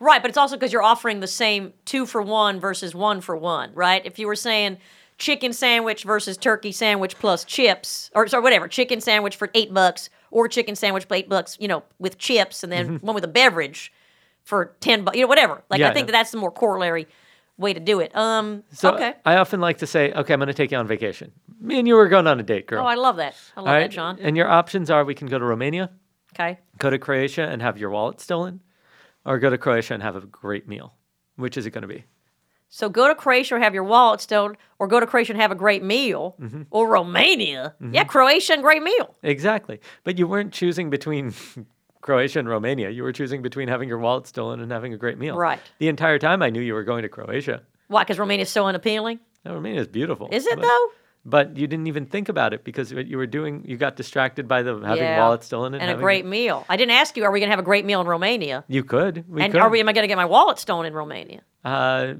B: Right, but it's also because you're offering the same two for one versus one for one, right? If you were saying chicken sandwich versus turkey sandwich plus chips, or sorry, whatever, chicken sandwich for eight bucks, or chicken sandwich for eight bucks, you know, with chips, and then one with a beverage for ten bucks, you know, whatever. Like I
C: Mm-hmm. Yeah,
B: think
C: yeah.
B: that that's the more corollary way to do it. Um,
C: So uh,
B: okay.
C: I often like to say, okay, I'm going to take you on vacation. Me and you are going on a date, girl.
B: Oh, I love that. I love
C: All
B: that,
C: right?
B: John.
C: And your options are we can go to Romania,
B: Okay.
C: go to Croatia and have your wallet stolen, or go to Croatia and have a great meal. Which is it going to be?
B: So go to Croatia or have your wallet stolen, or go to Croatia and have a great meal,
C: Mm-hmm.
B: or Romania. Yeah, Croatia and great meal.
C: Exactly. But you weren't choosing between Croatia and Romania. You were choosing between having your wallet stolen and having a great meal.
B: Right.
C: The entire time I knew you were going to Croatia.
B: Why? Because Romania is so unappealing.
C: Now, Romania is beautiful.
B: Is it
C: but,
B: though?
C: But you didn't even think about it because what you were doing, you got distracted by the having
B: Yeah.
C: wallet stolen and,
B: a
C: having-
B: great meal. I didn't ask you, are we going to have a great meal in Romania?
C: You could. We
B: and
C: could.
B: are we? Am I going to get my wallet stolen in Romania?
C: Uh,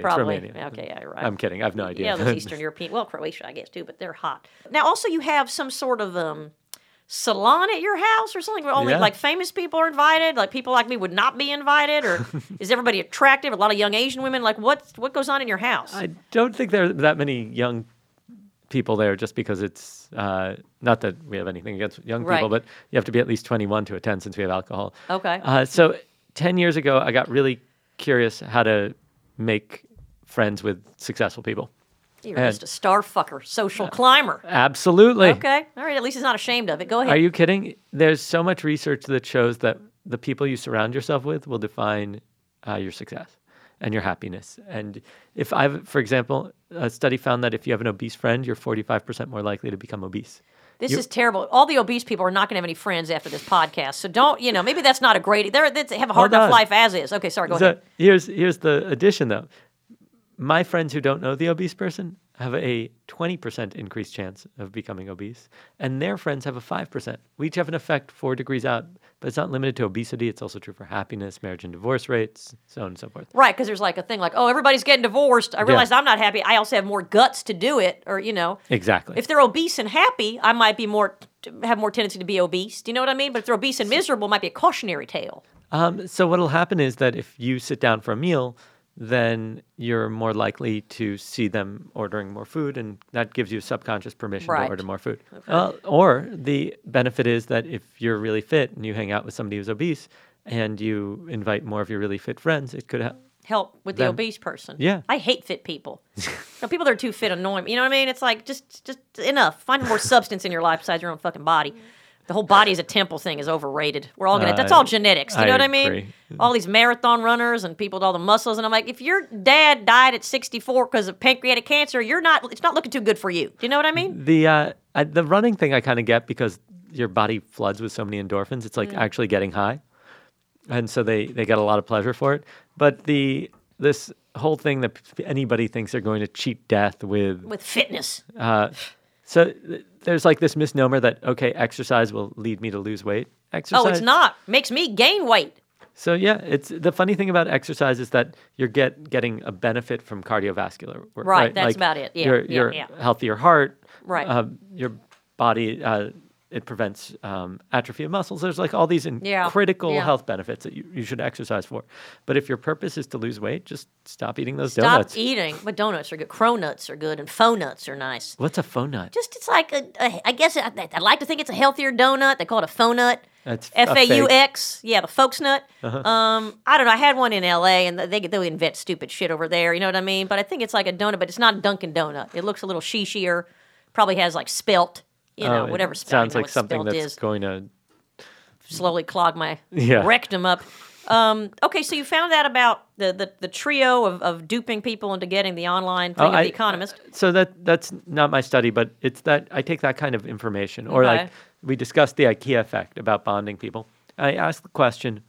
B: Probably.
C: It's Romania.
B: Okay, yeah, you're right.
C: I'm kidding. I have no idea.
B: yeah, those Eastern European. Well, Croatia, I guess too, but they're hot. Now, also, you have some sort of um, salon at your house or something where only
C: Yeah.
B: like famous people are invited. Like people like me would not be invited, or is everybody attractive? A lot of young Asian women. Like what? What goes on in your house?
C: I don't think there are that many young people there just because it's uh, not that we have anything against young
B: Right.
C: people, but you have to be at least 21 to attend since we have alcohol.
B: Okay.
C: Uh, so 10 years ago, I got really curious how to make friends with successful people.
B: You're just a star fucker, social climber.
C: Absolutely.
B: Okay, all right. At least he's not ashamed of it. Go ahead.
C: Are you kidding? There's so much research that shows that the people you surround yourself with will define uh, your success and your happiness. And if I've, for example, a study found that if you have an obese friend, you're 45% more likely to become obese.
B: This is terrible. All the obese people are not going to have any friends after this podcast. So don't, you know, maybe that's not a great. They're, they have a hard
C: Hold
B: enough
C: on.
B: life as is. Okay, sorry. Go
C: So
B: ahead.
C: here's here's the addition though. My friends who don't know the obese person have a 20% increased chance of becoming obese, and their friends have a 5%. We each have an effect four degrees out, but it's not limited to obesity. It's also true for happiness, marriage and divorce rates, so on and so forth.
B: Right, because there's like a thing like, oh, everybody's getting divorced. I realize I'm not happy. I also have more guts to do it, or you know,
C: Exactly.
B: if they're obese and happy, I might be more have more tendency to be obese. Do you know what I mean? But if they're obese and miserable, it might be a cautionary tale.
C: Um, so what'll happen is that if you sit down for a meal, then you're more likely to see them ordering more food, and that gives you subconscious permission
B: Right.
C: to order more food. Uh, or the benefit is that if you're really fit and you hang out with somebody who's obese, and you invite more of your really fit friends, it could. Ha-
B: Help with the
C: Them.
B: obese person.
C: Yeah.
B: I hate fit people. no, people that are too fit annoy me. You know what I mean? It's like just just enough. Find more substance in your life besides your own fucking body. The whole body is a temple thing is overrated. We're all gonna.
C: Uh,
B: that's all genetics. You
C: I
B: know what I mean?
C: agree.
B: All these marathon runners and people with all the muscles, and I'm like, if your dad died at 64 because of pancreatic cancer, you're not. It's not looking too good for you. Do you know what I mean?
C: the uh, I, the running thing I kind of get because your body floods with so many endorphins. It's
B: Mm.
C: like actually getting high, and so they they get a lot of pleasure for it. But the this whole thing that p- anybody thinks they're going to cheat death with.
B: With fitness.
C: Uh, so th- there's like this misnomer that okay, exercise will lead me to lose weight. Exercise.
B: Oh, it's not. Makes me gain weight.
C: So yeah, it's the funny thing about exercise is that you're get getting a benefit from cardiovascular. wor-
B: Right, that's about it. Yeah,
C: your
B: yeah,
C: your
B: yeah.
C: healthier heart.
B: Right.
C: uh, your body uh, it prevents um, atrophy of muscles. There's like all these in-
B: Yeah,
C: critical
B: yeah.
C: health benefits that you, you should exercise for. But if your purpose is to lose weight, just stop eating those
B: Stop
C: donuts.
B: eating. But donuts are good. Cronuts are good, and faux nuts are nice.
C: What's a phone nut?
B: Just it's like a, a I guess I, I like to think it's a healthier donut. They call it a faux nut.
C: That's a Uh-huh.
B: F A U X. Yeah, the folks nut. Um, I don't know. I had one in L A. and they they invent stupid shit over there. You know what I mean? But I think it's like a donut, but it's not a Dunkin' Donut. It looks a little shishier. Probably has like spelt. You know,
C: Oh, it
B: whatever spelt. I
C: sounds
B: know
C: like
B: what
C: something
B: spelt
C: that's
B: is.
C: going to
B: slowly clog my
C: Yeah.
B: rectum up. Um, okay, so you found out about the, the, the trio of, of duping people into getting the online thing
C: Oh,
B: of
C: I-
B: The Economist.
C: so that that's not my study, but it's that I take that kind of information, or like
B: Okay.
C: we discussed the IKEA effect about bonding people. I ask the question,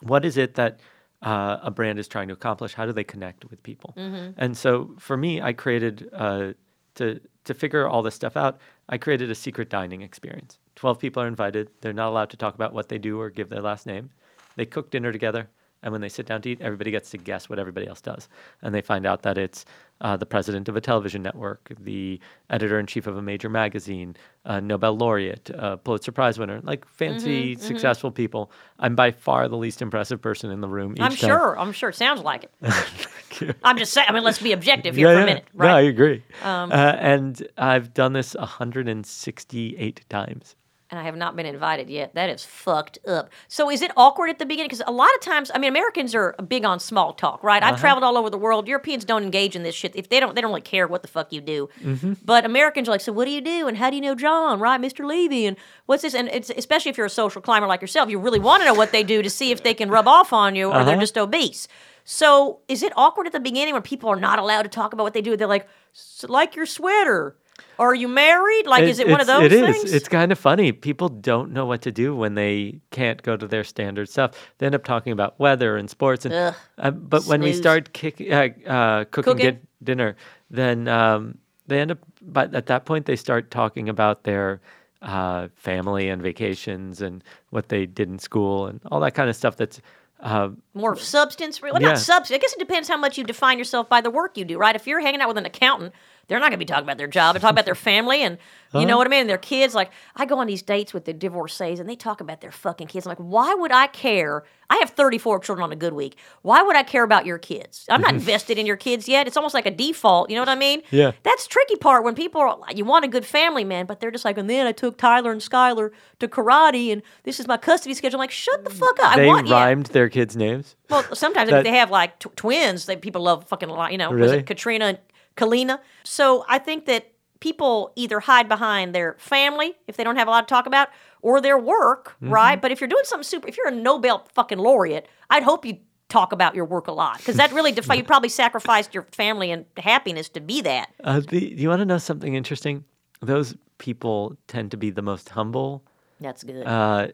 C: what is it that uh, a brand is trying to accomplish? How do they connect with people? And so for me, I created uh, to to figure all this stuff out. I created a secret dining experience. Twelve people are invited. They're not allowed to talk about what they do or give their last name. They cook dinner together, and when they sit down to eat, everybody gets to guess what everybody else does. And they find out that it's uh, the president of a television network, the editor in chief of a major magazine, a Nobel laureate, a Pulitzer Prize winner, like
B: Mm-hmm,
C: fancy, successful people. I'm by far the least impressive person in the room. Each
B: I'm
C: time.
B: sure. I'm sure. It sounds like it. I'm just saying. I mean, let's be objective here
C: Yeah,
B: for
C: yeah.
B: a minute,
C: No, I
B: right? Um,
C: agree. uh, and I've done this 168 times.
B: and I have not been invited yet. That is fucked up. So is it awkward at the beginning? Because a lot of times, I mean, Americans are big on small talk, right?
C: Uh-huh.
B: I've traveled all over the world. Europeans don't engage in this shit. If they don't, they don't really care what the fuck you do.
C: Mm-hmm.
B: But Americans are like, so what do you do? And how do you know John? Right, Mr. Levy? And what's this? And it's especially if you're a social climber like yourself, you really want to know what they do to see if they can rub off on you or
C: Uh-huh.
B: they're just obese. So is it awkward at the beginning when people are not allowed to talk about what they do? They're like, "S- like your sweater. Are you married? Like, is it one of
C: it's-
B: those
C: It is.
B: things?
C: It's kind of funny. People don't know what to do when they can't go to their standard stuff. They end up talking about weather and sports. And
B: Ugh,
C: uh, but when we
B: snooze.
C: start kick, uh, uh, cooking,
B: Cooking.
C: din- dinner, then um, they end up. But at that point, they start talking about their uh, family and vacations and what they did in school and all that kind of stuff. That's uh,
B: more substance. Well,
C: Yeah.
B: not substance. I guess it depends how much you define yourself by the work you do, right? If you're hanging out with an accountant, they're not going to be talking about their job. They're talking about their family and you
C: Uh-huh.
B: know what I mean. And their kids. Like I go on these dates with the divorcees, and they talk about their fucking kids. I'm like, why would I care? I have 34 children on a good week. Why would I care about your kids? I'm not invested in your kids yet. It's almost like a default. You know what I mean?
C: Yeah.
B: That's the tricky part when people are, you want a good family man, but they're just like, and then I took Tyler and Skylar to karate, and this is my custody schedule. I'm like, shut the fuck up.
C: they
B: I want you.
C: rhymed their kids' names.
B: Well, sometimes if
C: That-
B: they have like tw- twins, that people love fucking a lot. You know, was
C: Really?
B: it Katrina and Kalina? So I think that people either hide behind their family if they don't have a lot to talk about,
C: Mm-hmm.
B: or their work, right? But if you're doing something super, if you're a Nobel fucking laureate, I'd hope you talk about your work a lot because that really defi- you probably sacrificed your family and happiness to be that.
C: Uh, the, you want to know something interesting? Those people tend to be the most humble,
B: That's good.
C: uh,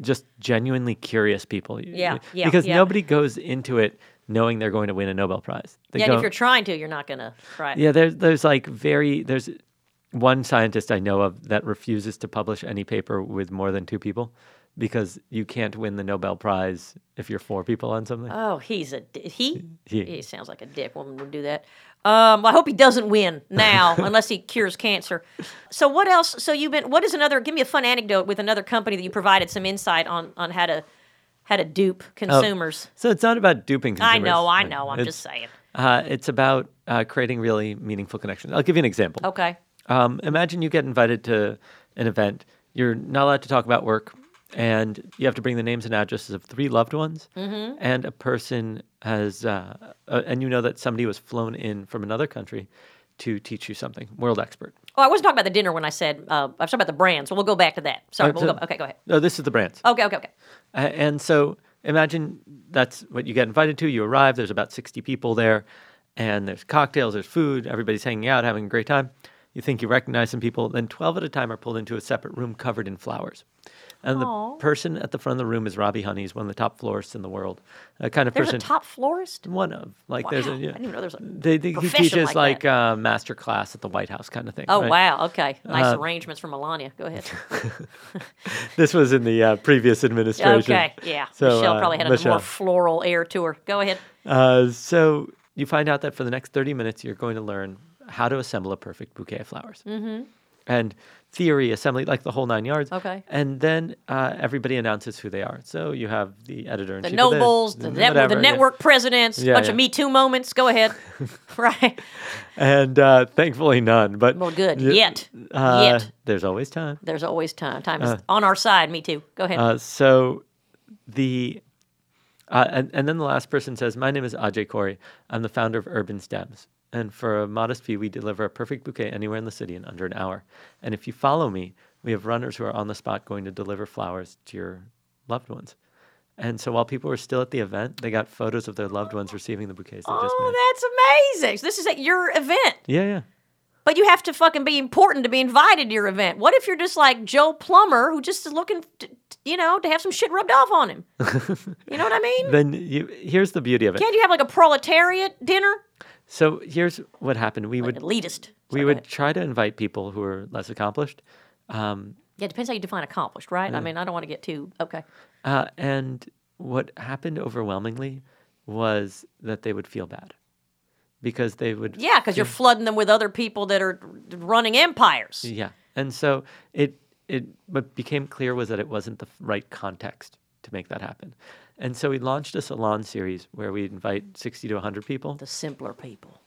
C: just genuinely curious people. You-
B: Yeah,
C: you-
B: yeah,
C: Because
B: yeah.
C: nobody goes into it knowing they're going to win a Nobel Prize. They
B: yeah, and
C: go-
B: if you're trying to, you're not gonna try. it.
C: yeah, there's there's like very there's one scientist I know of that refuses to publish any paper with more than two people because you can't win the Nobel Prize if you're four people on something.
B: Oh, he's a di- he.
C: He.
B: He sounds like a dick woman would do that. Um, well, I hope he doesn't win now, unless he cures cancer. So what else? So you've been. What is another? Give me a fun anecdote with another company that you provided some insight on on how to how to dupe consumers.
C: so it's not about duping Oh, consumers.
B: I know, I
C: Like,
B: know. I'm
C: it's-
B: just saying.
C: Uh, it's about uh, creating really meaningful connections. I'll give you an example.
B: Okay.
C: Um, imagine you get invited to an event. You're not allowed to talk about work, and you have to bring the names and addresses of three loved ones. And a person has, uh, uh, and you know that somebody was flown in from another country to teach you something, world expert.
B: Oh, I wasn't talking about the dinner when I said uh, I was talking about the brand. So we'll go back to that. Sorry. but we'll go, okay, go ahead.
C: No, this is the brands.
B: Okay, okay, okay.
C: A- And so imagine that's what you get invited to. You arrive, there's about 60 people there, and there's cocktails, there's food, everybody's hanging out, having a great time. You think you recognize some people, then 12 at a time are pulled into a separate room covered in flowers. And the person at the front of the room is Robbie Honey, he's one of the top florists in the world. A kind of
B: There's
C: person.
B: a top florist.
C: one of like there's a
B: Wow, I
C: yeah.
B: didn't even know there was a
C: they, they, he
B: profession
C: teaches
B: like
C: like,
B: that.
C: a master class at the White House kind of thing.
B: Oh
C: right? Uh,
B: wow. Okay. Nice arrangements for Melania. Go ahead.
C: This was in the uh, previous administration.
B: Okay. Yeah.
C: So,
B: Michelle
C: uh,
B: probably had a
C: Michelle.
B: more floral air to her. Go ahead.
C: Uh, so you find out that for the next 30 minutes, you're going to learn how to assemble a perfect bouquet of flowers. Mm-hmm. And theory, assembly, like the whole nine yards.
B: Okay.
C: And then uh, everybody announces who they are. So you have the editor in
B: The
C: chief.
B: nobles,
C: of
B: the,
C: this,
B: net,
C: whatever,
B: the
C: yeah.
B: network presidents, a
C: Yeah,
B: bunch of
C: yeah.
B: Me Too moments. Go ahead. right.
C: And uh, thankfully, none. But
B: Well, good.
C: y-
B: Yet.
C: uh,
B: Yet.
C: There's always time.
B: There's always time. Time is on our side. Me too. Go ahead.
C: Uh, so the uh, and, and then the last person says, "My name is Ajay Corey. I'm the founder of Urban Stems, and for a modest fee, we deliver a perfect bouquet anywhere in the city in under an hour. And if you follow me, we have runners who are on the spot going to deliver flowers to your loved ones." And so while people were still at the event, they got photos of their loved ones receiving the bouquets they just made.
B: oh, that's amazing. So this is at your event.
C: yeah, yeah.
B: But you have to fucking be important to be invited to your event. What if you're just like Joe Plumber, who just is looking, to, you know, to have some shit rubbed off on him? you know what I mean?
C: Then you, here's the beauty of it.
B: Can't you have like a proletariat dinner?
C: So here's what happened. We would
B: Elitist. Sorry,
C: we
B: go
C: would
B: ahead.
C: try to invite people who were less accomplished. Um,
B: Yeah, it depends how you define accomplished, right? I mean, I don't want to get too okay.
C: Uh, and what happened overwhelmingly was that they would feel bad because they would.
B: Yeah, because you're flooding them with other people that are running empires.
C: Yeah. And so it, it, what became clear was that it wasn't the right context to make that happen. And so we launched a salon series where we invite 60 to 100 people.
B: The simpler people.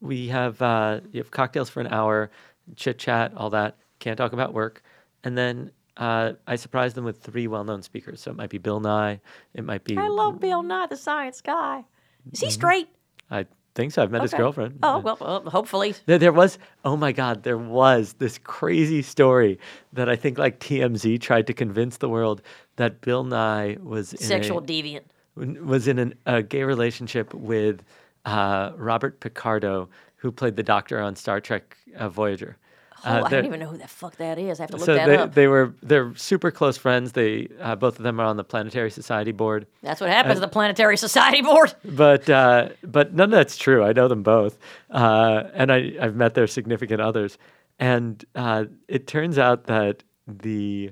C: We have, uh, you have cocktails for an hour, chit chat, all that. Can't talk about work. And then uh, I surprised them with three well known speakers. So it might be Bill Nye. It might be.
B: I love Bill Mm-hmm. Nye, the science guy. Is he straight?
C: I think so. I've met his
B: Okay.
C: girlfriend.
B: Oh well, well, hopefully.
C: There, there was, oh my God, there was this crazy story that I think like TMZ tried to convince the world that Bill Nye was in
B: Sexual
C: a,
B: deviant.
C: was in an, a gay relationship with uh, Robert Picardo, who played the Doctor on Star Trek uh, Voyager.
B: Oh,
C: Uh,
B: I
C: there-
B: don't even know who the fuck that is. I have to look
C: so
B: that
C: they,
B: up.
C: they were they're super close friends. They uh, both of them are on the Planetary Society board.
B: That's what
C: uh,
B: happens to the Planetary Society Board.
C: but uh, but none of that's true. I know them both, uh, and I, I've met their significant others. And uh, it turns out that the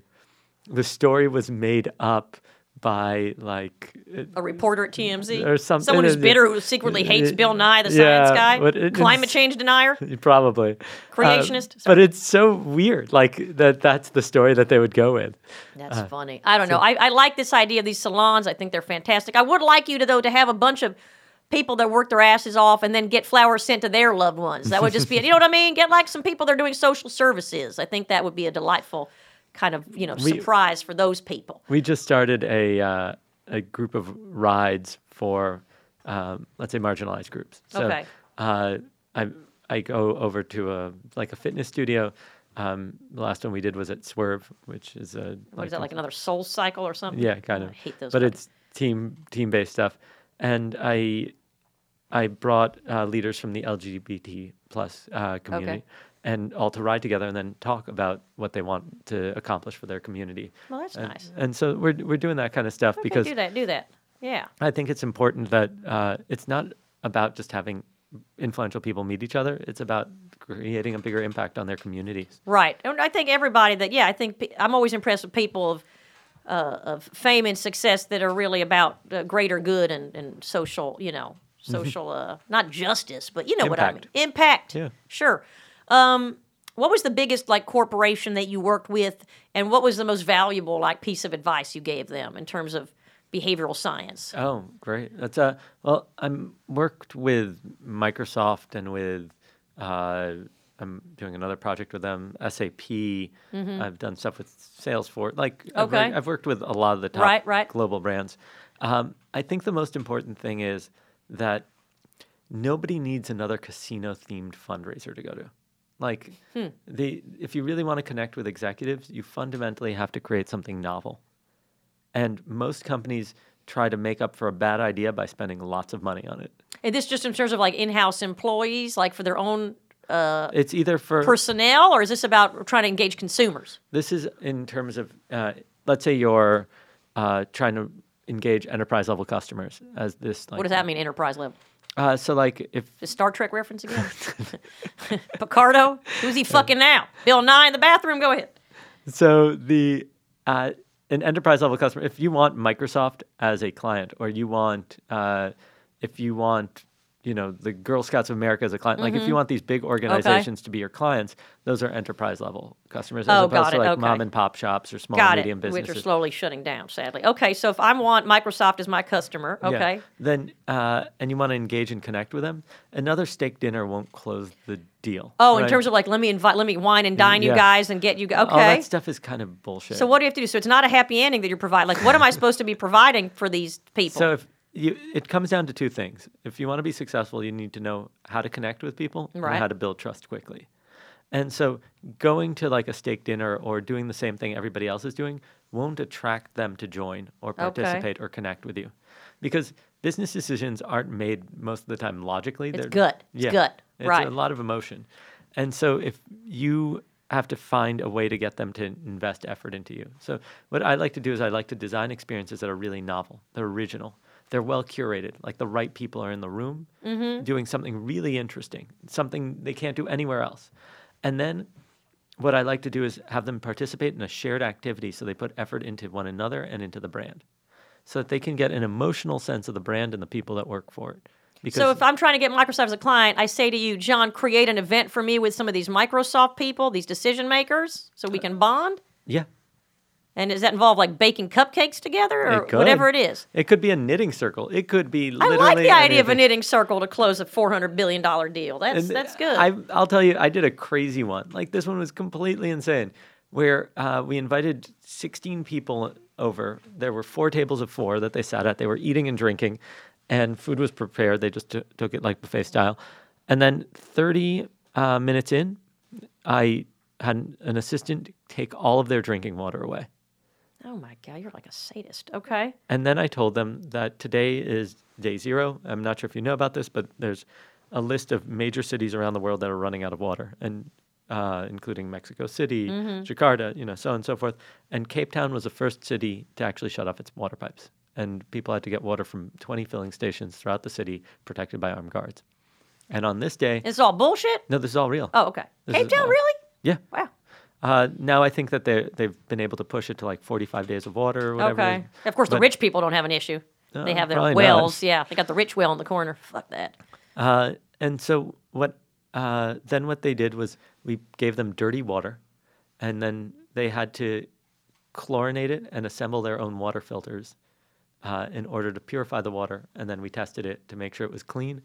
C: the story was made up by like it-
B: A reporter at TMZ.
C: Or some-
B: Someone who's
C: it-
B: bitter who secretly hates
C: it-
B: Bill Nye, the
C: yeah,
B: science guy.
C: but it-
B: Climate
C: it's-
B: change denier.
C: probably Uh,
B: Creationist?
C: but
B: Sorry.
C: it's so weird, like that that's the story that they would go with.
B: That's
C: Uh-huh.
B: funny. I don't know. I, I like this idea of these salons. I think they're fantastic. I would like you to though to have a bunch of people that work their asses off and then get flowers sent to their loved ones. That would just be it. You know what I mean? Get like some people that are doing social services. I think that would be a delightful kind of you know surprise for those people.
C: We just started a uh, a group of rides for um, let's say marginalized groups. So,
B: Okay.
C: Uh, I I go over to a like a fitness studio. Um, the last one we did was at Swerve, which is a
B: What is that like another soul cycle or something?
C: yeah kind
B: Oh,
C: of
B: I hate those.
C: but
B: fucking-
C: it's team team based stuff, and I I brought uh, leaders from the LGBT plus uh, community. And all to ride together and then talk about what they want to accomplish for their community.
B: Well, that's
C: and,
B: nice.
C: And so we're, we're doing that kind of stuff
B: Okay,
C: because
B: do that, do that. Yeah.
C: I think it's important that uh, it's not about just having influential people meet each other. It's about creating a bigger impact on their communities.
B: Right. And I think everybody that yeah, I think pe- I'm always impressed with people of uh, of fame and success that are really about uh, greater good and, and social, you know, social uh, not justice, but you know what I mean.
C: Mm-hmm.
B: Impact.
C: Impact. Yeah.
B: Sure. Um what was the biggest like corporation that you worked with and what was the most valuable like piece of advice you gave them in terms of behavioral science?
C: Oh, great. That's uh, well, I'm worked with Microsoft and with uh, I'm doing another project with them, SAP. I've done stuff with Salesforce. Like I've,
B: Okay.
C: worked, I've worked with a lot of the top
B: Right, right.
C: global brands. Um, I think the most important thing is that nobody needs another casino themed fundraiser to go to. Like
B: Hmm.
C: the if you really want to connect with executives, you fundamentally have to create something novel. And most companies try to make up for a bad idea by spending lots of money on it.
B: And this just in terms of like in-house employees like for their own uh,
C: It's either for
B: personnel or is this about trying to engage consumers?
C: this is in terms of uh, let's say you're uh, trying to engage enterprise level customers as this like
B: What does that mean enterprise level?
C: uh, so like if
B: The Star Trek reference again? Picardo? Who's he fucking now? Bill Nye in the bathroom? Go ahead.
C: So the uh, an enterprise level customer, if you want Microsoft as a client, or you want uh, if you want you know the Girl Scouts of America as a client, like if you
B: Mm-hmm.
C: want these big organizations to be your clients, those are enterprise level customers, as
B: Oh, got
C: opposed to
B: it,
C: like
B: okay.
C: mom and pop shops or small
B: Got
C: and medium
B: it. Which are
C: businesses.
B: slowly shutting down, sadly. Okay, so if I want Microsoft as my customer,
C: Yeah.
B: okay.
C: Then uh, and you want to engage and connect with them. Another steak dinner won't close the deal.
B: Oh, in
C: right? Mm,
B: terms of like, let me invite, let me wine and dine you
C: Yeah. Oh,
B: guys and get you. Okay.
C: all that stuff is kind of bullshit.
B: so what do you have to do? So it's not a happy ending that you're providing. Like, what am I supposed to be providing for these people?
C: So if you, it comes down to two things. If you want to be successful, you need to know how to connect with people
B: Right.
C: and how to build trust quickly. And so going to like a steak dinner or doing the same thing everybody else is doing won't attract them to join or participate or connect with you. Because business decisions aren't made most of the time logically. It's
B: gut. It's gut.
C: It's
B: Right.
C: a lot of emotion. And so if you have to find a way to get them to invest effort into you. So what I like to do is I like to design experiences that are really novel, they're original, they're well curated, like the right people are in the room
B: Mm-hmm.
C: doing something really interesting, something they can't do anywhere else. And then what I like to do is have them participate in a shared activity so they put effort into one another and into the brand. So that they can get an emotional sense of the brand and the people that work for it. Because
B: So if I'm trying to get Microsoft as a client, I say to you, John, create an event for me with some of these Microsoft people, these decision makers, so
C: Uh,
B: we can bond.
C: yeah,
B: And does that involve like baking cupcakes together or
C: It could.
B: whatever it is?
C: It could be a knitting circle. It could be
B: I
C: literally.
B: like the idea of a
C: anything.
B: knitting circle to close a four hundred billion dollar deal. That's
C: And
B: that's good.
C: I, I'll tell you, I did a crazy one. Like this one was completely insane, where uh, we invited 16 people over. There were four tables of four that they sat at. They were eating and drinking, and food was prepared. They just t- took it like buffet style. And then 30 uh, minutes in, I had an- an assistant take all of their drinking water away.
B: oh my god, you're like a sadist. Okay,
C: And then I told them that today is day zero. I'm not sure if you know about this, but there's a list of major cities around the world that are running out of water, and uh, including Mexico City,
B: Mm-hmm.
C: Jakarta, you know, so on and so forth. And Cape Town was the first city to actually shut off its water pipes, and people had to get water from 20 filling stations throughout the city, protected by armed guards. And on this day,
B: it's all bullshit.
C: no, this is all real.
B: Oh, okay.
C: This
B: Cape
C: is
B: Town,
C: all-
B: really?
C: yeah.
B: Wow.
C: Uh, now I think that they they've been able to push it to like 45 days of water or whatever.
B: Okay. Of course, the
C: But-
B: rich people don't have an issue. they
C: Uh,
B: have their
C: probably not.
B: wells. Yeah, they got the rich well in the corner. Fuck that.
C: Uh, and so what? Uh, then what they did was we gave them dirty water, and then they had to chlorinate it and assemble their own water filters uh, in order to purify the water. And then we tested it to make sure it was clean,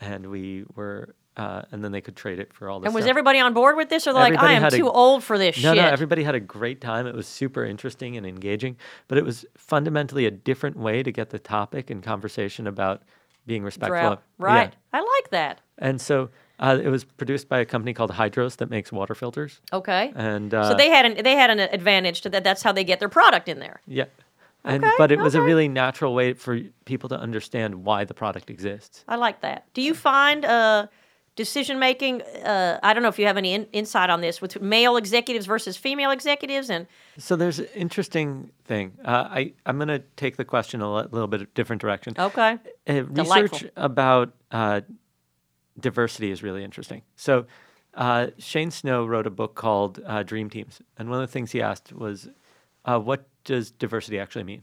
C: and we were. Uh, and then they could trade it for all this.
B: And was
C: stuff.
B: everybody on board with this, or they're like, I
C: Everybody
B: am
C: had a-
B: too old for this
C: No,
B: shit?
C: no, everybody had a great time. It was super interesting and engaging, but it was fundamentally a different way to get the topic and conversation about being respectful.
B: Drought.
C: of- yeah.
B: Right. I like that.
C: And so uh, it was produced by a company called Hydros that makes water filters.
B: Okay.
C: And uh,
B: so they had an they had an advantage to that. That's how they get their product in there.
C: yeah, And,
B: Okay,
C: but it was a
B: okay.
C: really natural way for people to understand why the product exists.
B: I like that. Do you find uh, decision making? Uh, I don't know if you have any in- insight on this with male executives versus female executives, and
C: So there's an interesting thing. Uh, I, I'm going to take the question a li- little bit of different direction.
B: okay,
C: Uh, research
B: Delightful.
C: about uh, diversity is really interesting. So, uh, Shane Snow wrote a book called uh, Dream Teams. And one of the things he asked was, uh, what does diversity actually mean?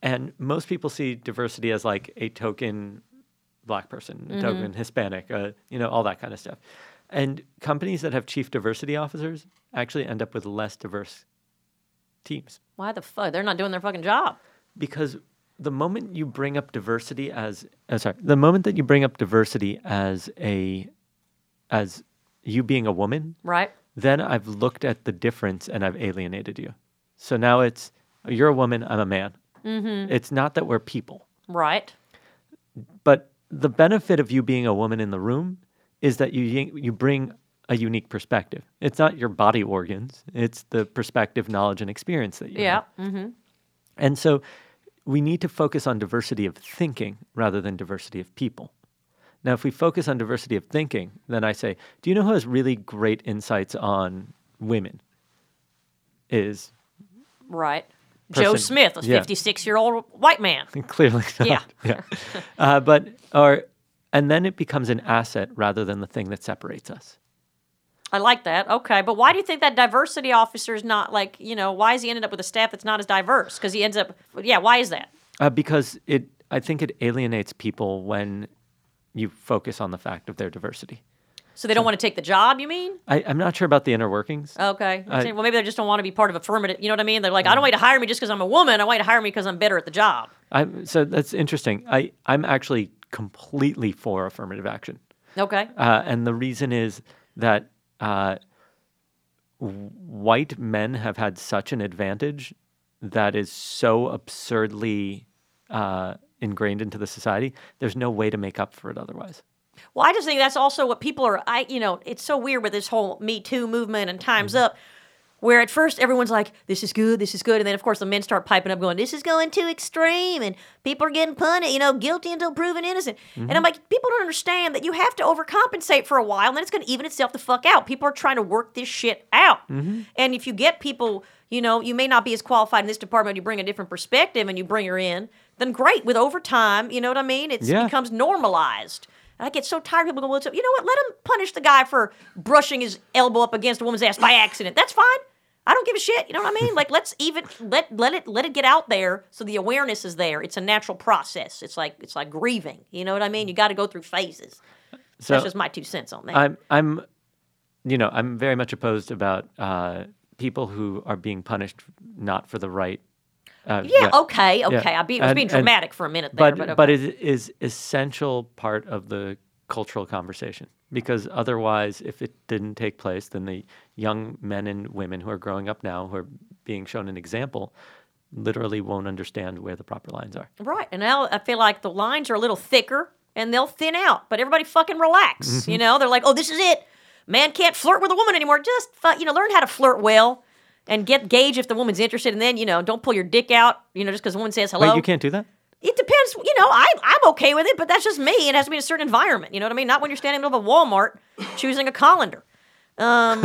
C: And most people see diversity as like a token black person, a token Hispanic, uh, you know, all that kind of stuff. And companies that have chief diversity officers actually end up with less diverse teams
B: why the fuck they're not doing their fucking job?
C: because the moment you bring up diversity as oh, sorry, the moment that you bring up diversity as a as you being a woman,
B: Right?
C: then I've looked at the difference and I've alienated you. So now it's you're a woman, I'm a man. Mm-hmm. It's not that we're people,
B: Right?
C: but the benefit of you being a woman in the room is that you you bring a unique perspective. It's not your body organs; it's the perspective, knowledge, and experience that you
B: Yeah.
C: have. And so we need to focus on diversity of thinking rather than diversity of people. Now, if we focus on diversity of thinking, then I say, do you know who has really great insights on women? Is
B: Mm-hmm. Right. Joe
C: Person-
B: Smith, a
C: yeah.
B: 56 year old white man.
C: clearly not.
B: Yeah.
C: Uh, but, or, and then it becomes an asset rather than the thing that separates us.
B: I like that. Okay. But why do you think that diversity officer is not like, you know, why is he ended up with a staff that's not as diverse? Because he ends up, yeah, why is that?
C: Uh, because it, I think it alienates people when you focus on the fact of their diversity.
B: So they don't want to take the job, you mean?
C: I, I'm not sure about the inner workings.
B: Okay.
C: I-
B: well, maybe they just don't want to be part of affirmative. You know what I mean? They're like, I don't want you to hire me just because I'm a woman. I want you to hire me because I'm better at the job.
C: I'm, so that's interesting. I, I'm actually completely for affirmative action.
B: Okay.
C: Uh, and the reason is that uh, w- white men have had such an advantage that is so absurdly uh, ingrained into the society, there's no way to make up for it otherwise.
B: Well, I just think that's also what people are. I, you know, it's so weird with this whole Me Too movement and Times Up, where at first everyone's like, "This is good, this is good," and then of course the men start piping up, going, "This is going too extreme," and people are getting punished. You know, guilty until proven innocent. And I'm like, people don't understand that you have to overcompensate for a while, and then it's going to even itself the fuck out. People are trying to work this shit out, and if you get people. You know, you may not be as qualified in this department. You bring a different perspective, and you bring her in. Then great. With overtime, you know what I mean. It's
C: Yeah.
B: becomes normalized. And I get so tired of people going, well, it's- you know what? Let him punish the guy for brushing his elbow up against a woman's ass by accident. That's fine. I don't give a shit. You know what I mean? Like let's even let let it let it get out there so the awareness is there. It's a natural process. It's like it's like grieving. You know what I mean? You got to go through phases.
C: So
B: That's just my two cents on that.
C: I'm, I'm, you know, I'm very much opposed about uh, people who are being punished not for the right. Uh,
B: yeah, Okay. Okay. I be, was
C: And-
B: being
C: and-
B: dramatic for a minute there, but,
C: but
B: okay.
C: but it is essential part of the cultural conversation because otherwise, if it didn't take place, then the young men and women who are growing up now, who are being shown an example, literally won't understand where the proper lines are.
B: Right. And now I feel like the lines are a little thicker and they'll thin out, but everybody fucking relax.
C: Mm-hmm.
B: You know, they're like, oh, this is it. Man can't flirt with a woman anymore. Just, fu- you know, learn how to flirt well and get gauge if the woman's interested. And then, you know, don't pull your dick out, you know, just because the woman says hello.
C: Wait, you can't do that.
B: It depends. You know, I, I'm okay with it, but that's just me. It has to be in a certain environment. You know what I mean? Not when you're standing in the middle of a Walmart choosing a colander. Um,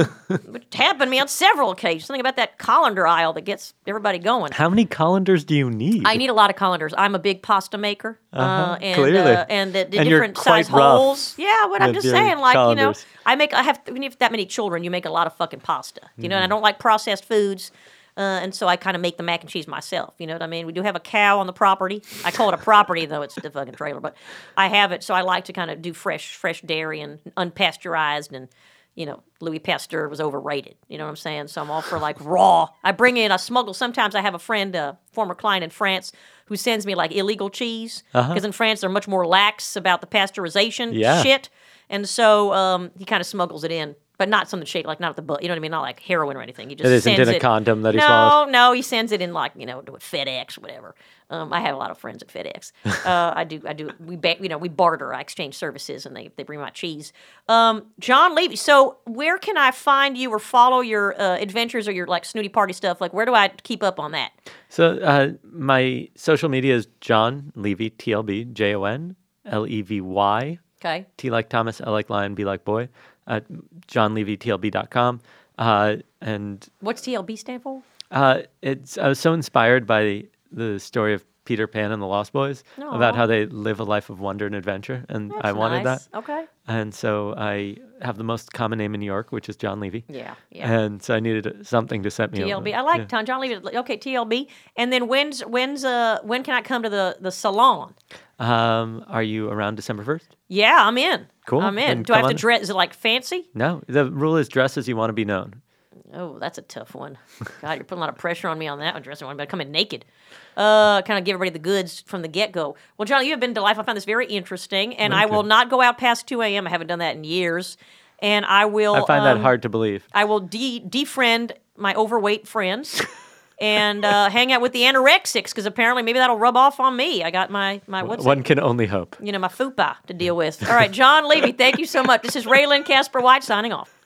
B: which happened to me on several occasions. Something about that colander aisle that gets everybody going.
C: How many colanders do you need?
B: I need a lot of colanders. I'm a big pasta maker. uh and,
C: Uh-huh. clearly.
B: Uh, and the, the
C: And you're
B: different
C: quite
B: size
C: rough
B: holes. Yeah, what I'm
C: with
B: just
C: your
B: saying, like, you know,
C: colanders.
B: I make, I have, when you have that many children, you make a lot of fucking pasta. You know, and I don't like processed foods. Uh, and so I kind of make the mac and cheese myself. You know what I mean? We do have a cow on the property. I call it a property, though it's the fucking trailer, but I have it. So I like to kind of do fresh, fresh dairy and unpasteurized and. You know, Louis Pasteur was overrated. You know what I'm saying? So I'm all for like raw. I bring in, I smuggle. Sometimes I have a friend, a former client in France, who sends me like illegal cheese because in France they're much more lax about the pasteurization
C: Yeah.
B: shit, and so um, he kind of smuggles it in. but not something shaped like not at the butt. You know what I mean? Not like heroin or anything. He just
C: It isn't
B: sends
C: in a
B: it-
C: condom that he
B: no,
C: swallows?
B: no, he sends it in like you know to FedEx or whatever. Um, I have a lot of friends at FedEx. Uh, I do, I do. We ba- you know we barter. I exchange services, and they they bring my cheese. Um, John Levy. So where can I find you or follow your uh, adventures or your like snooty party stuff? Like where do I keep up on that?
C: So uh, my social media is John Levy, T L B J O N L E V Y,
B: Okay.
C: T like Thomas, L like Lion, B like Boy, uh, johnlevytlb.com. Uh, and
B: What's TLB stand for?
C: uh, it's I was so inspired by the story of Peter Pan and the Lost Boys about
B: Aw.
C: how they live a life of wonder and adventure, and I
B: That's
C: wanted
B: nice.
C: that.
B: Okay.
C: And so I have the most common name in New York, which is John Levy.
B: Yeah, yeah.
C: And so I needed something to set me over.
B: TLB. I like Tom John Levy. Okay, TLB. And then when's when's uh when can I come to the the salon?
C: Um, are you around December first?
B: Yeah, I'm in.
C: Cool.
B: I'm in.
C: Then
B: Do I
C: come
B: have to
C: on.
B: dress? Is it like fancy?
C: No, the rule is dress as you want to be known.
B: Oh, that's a tough one. God, you're putting a lot of pressure on me on that one. Dressing one, but come in naked. Uh, kind of give everybody the goods from the get go. Well, John, you have been delightful. I found this very interesting, and I will not go out past 2 a.m. I haven't done that in years, and I will.
C: I find
B: um,
C: that hard to believe.
B: I will de defriend my overweight friends and uh, hang out with the anorexics because apparently maybe that'll rub off on me. I got my my what's
C: One can only hope.
B: it? you know my fupa to deal with. All right, John Levy, thank you so much. This is Raylan Casper White signing off.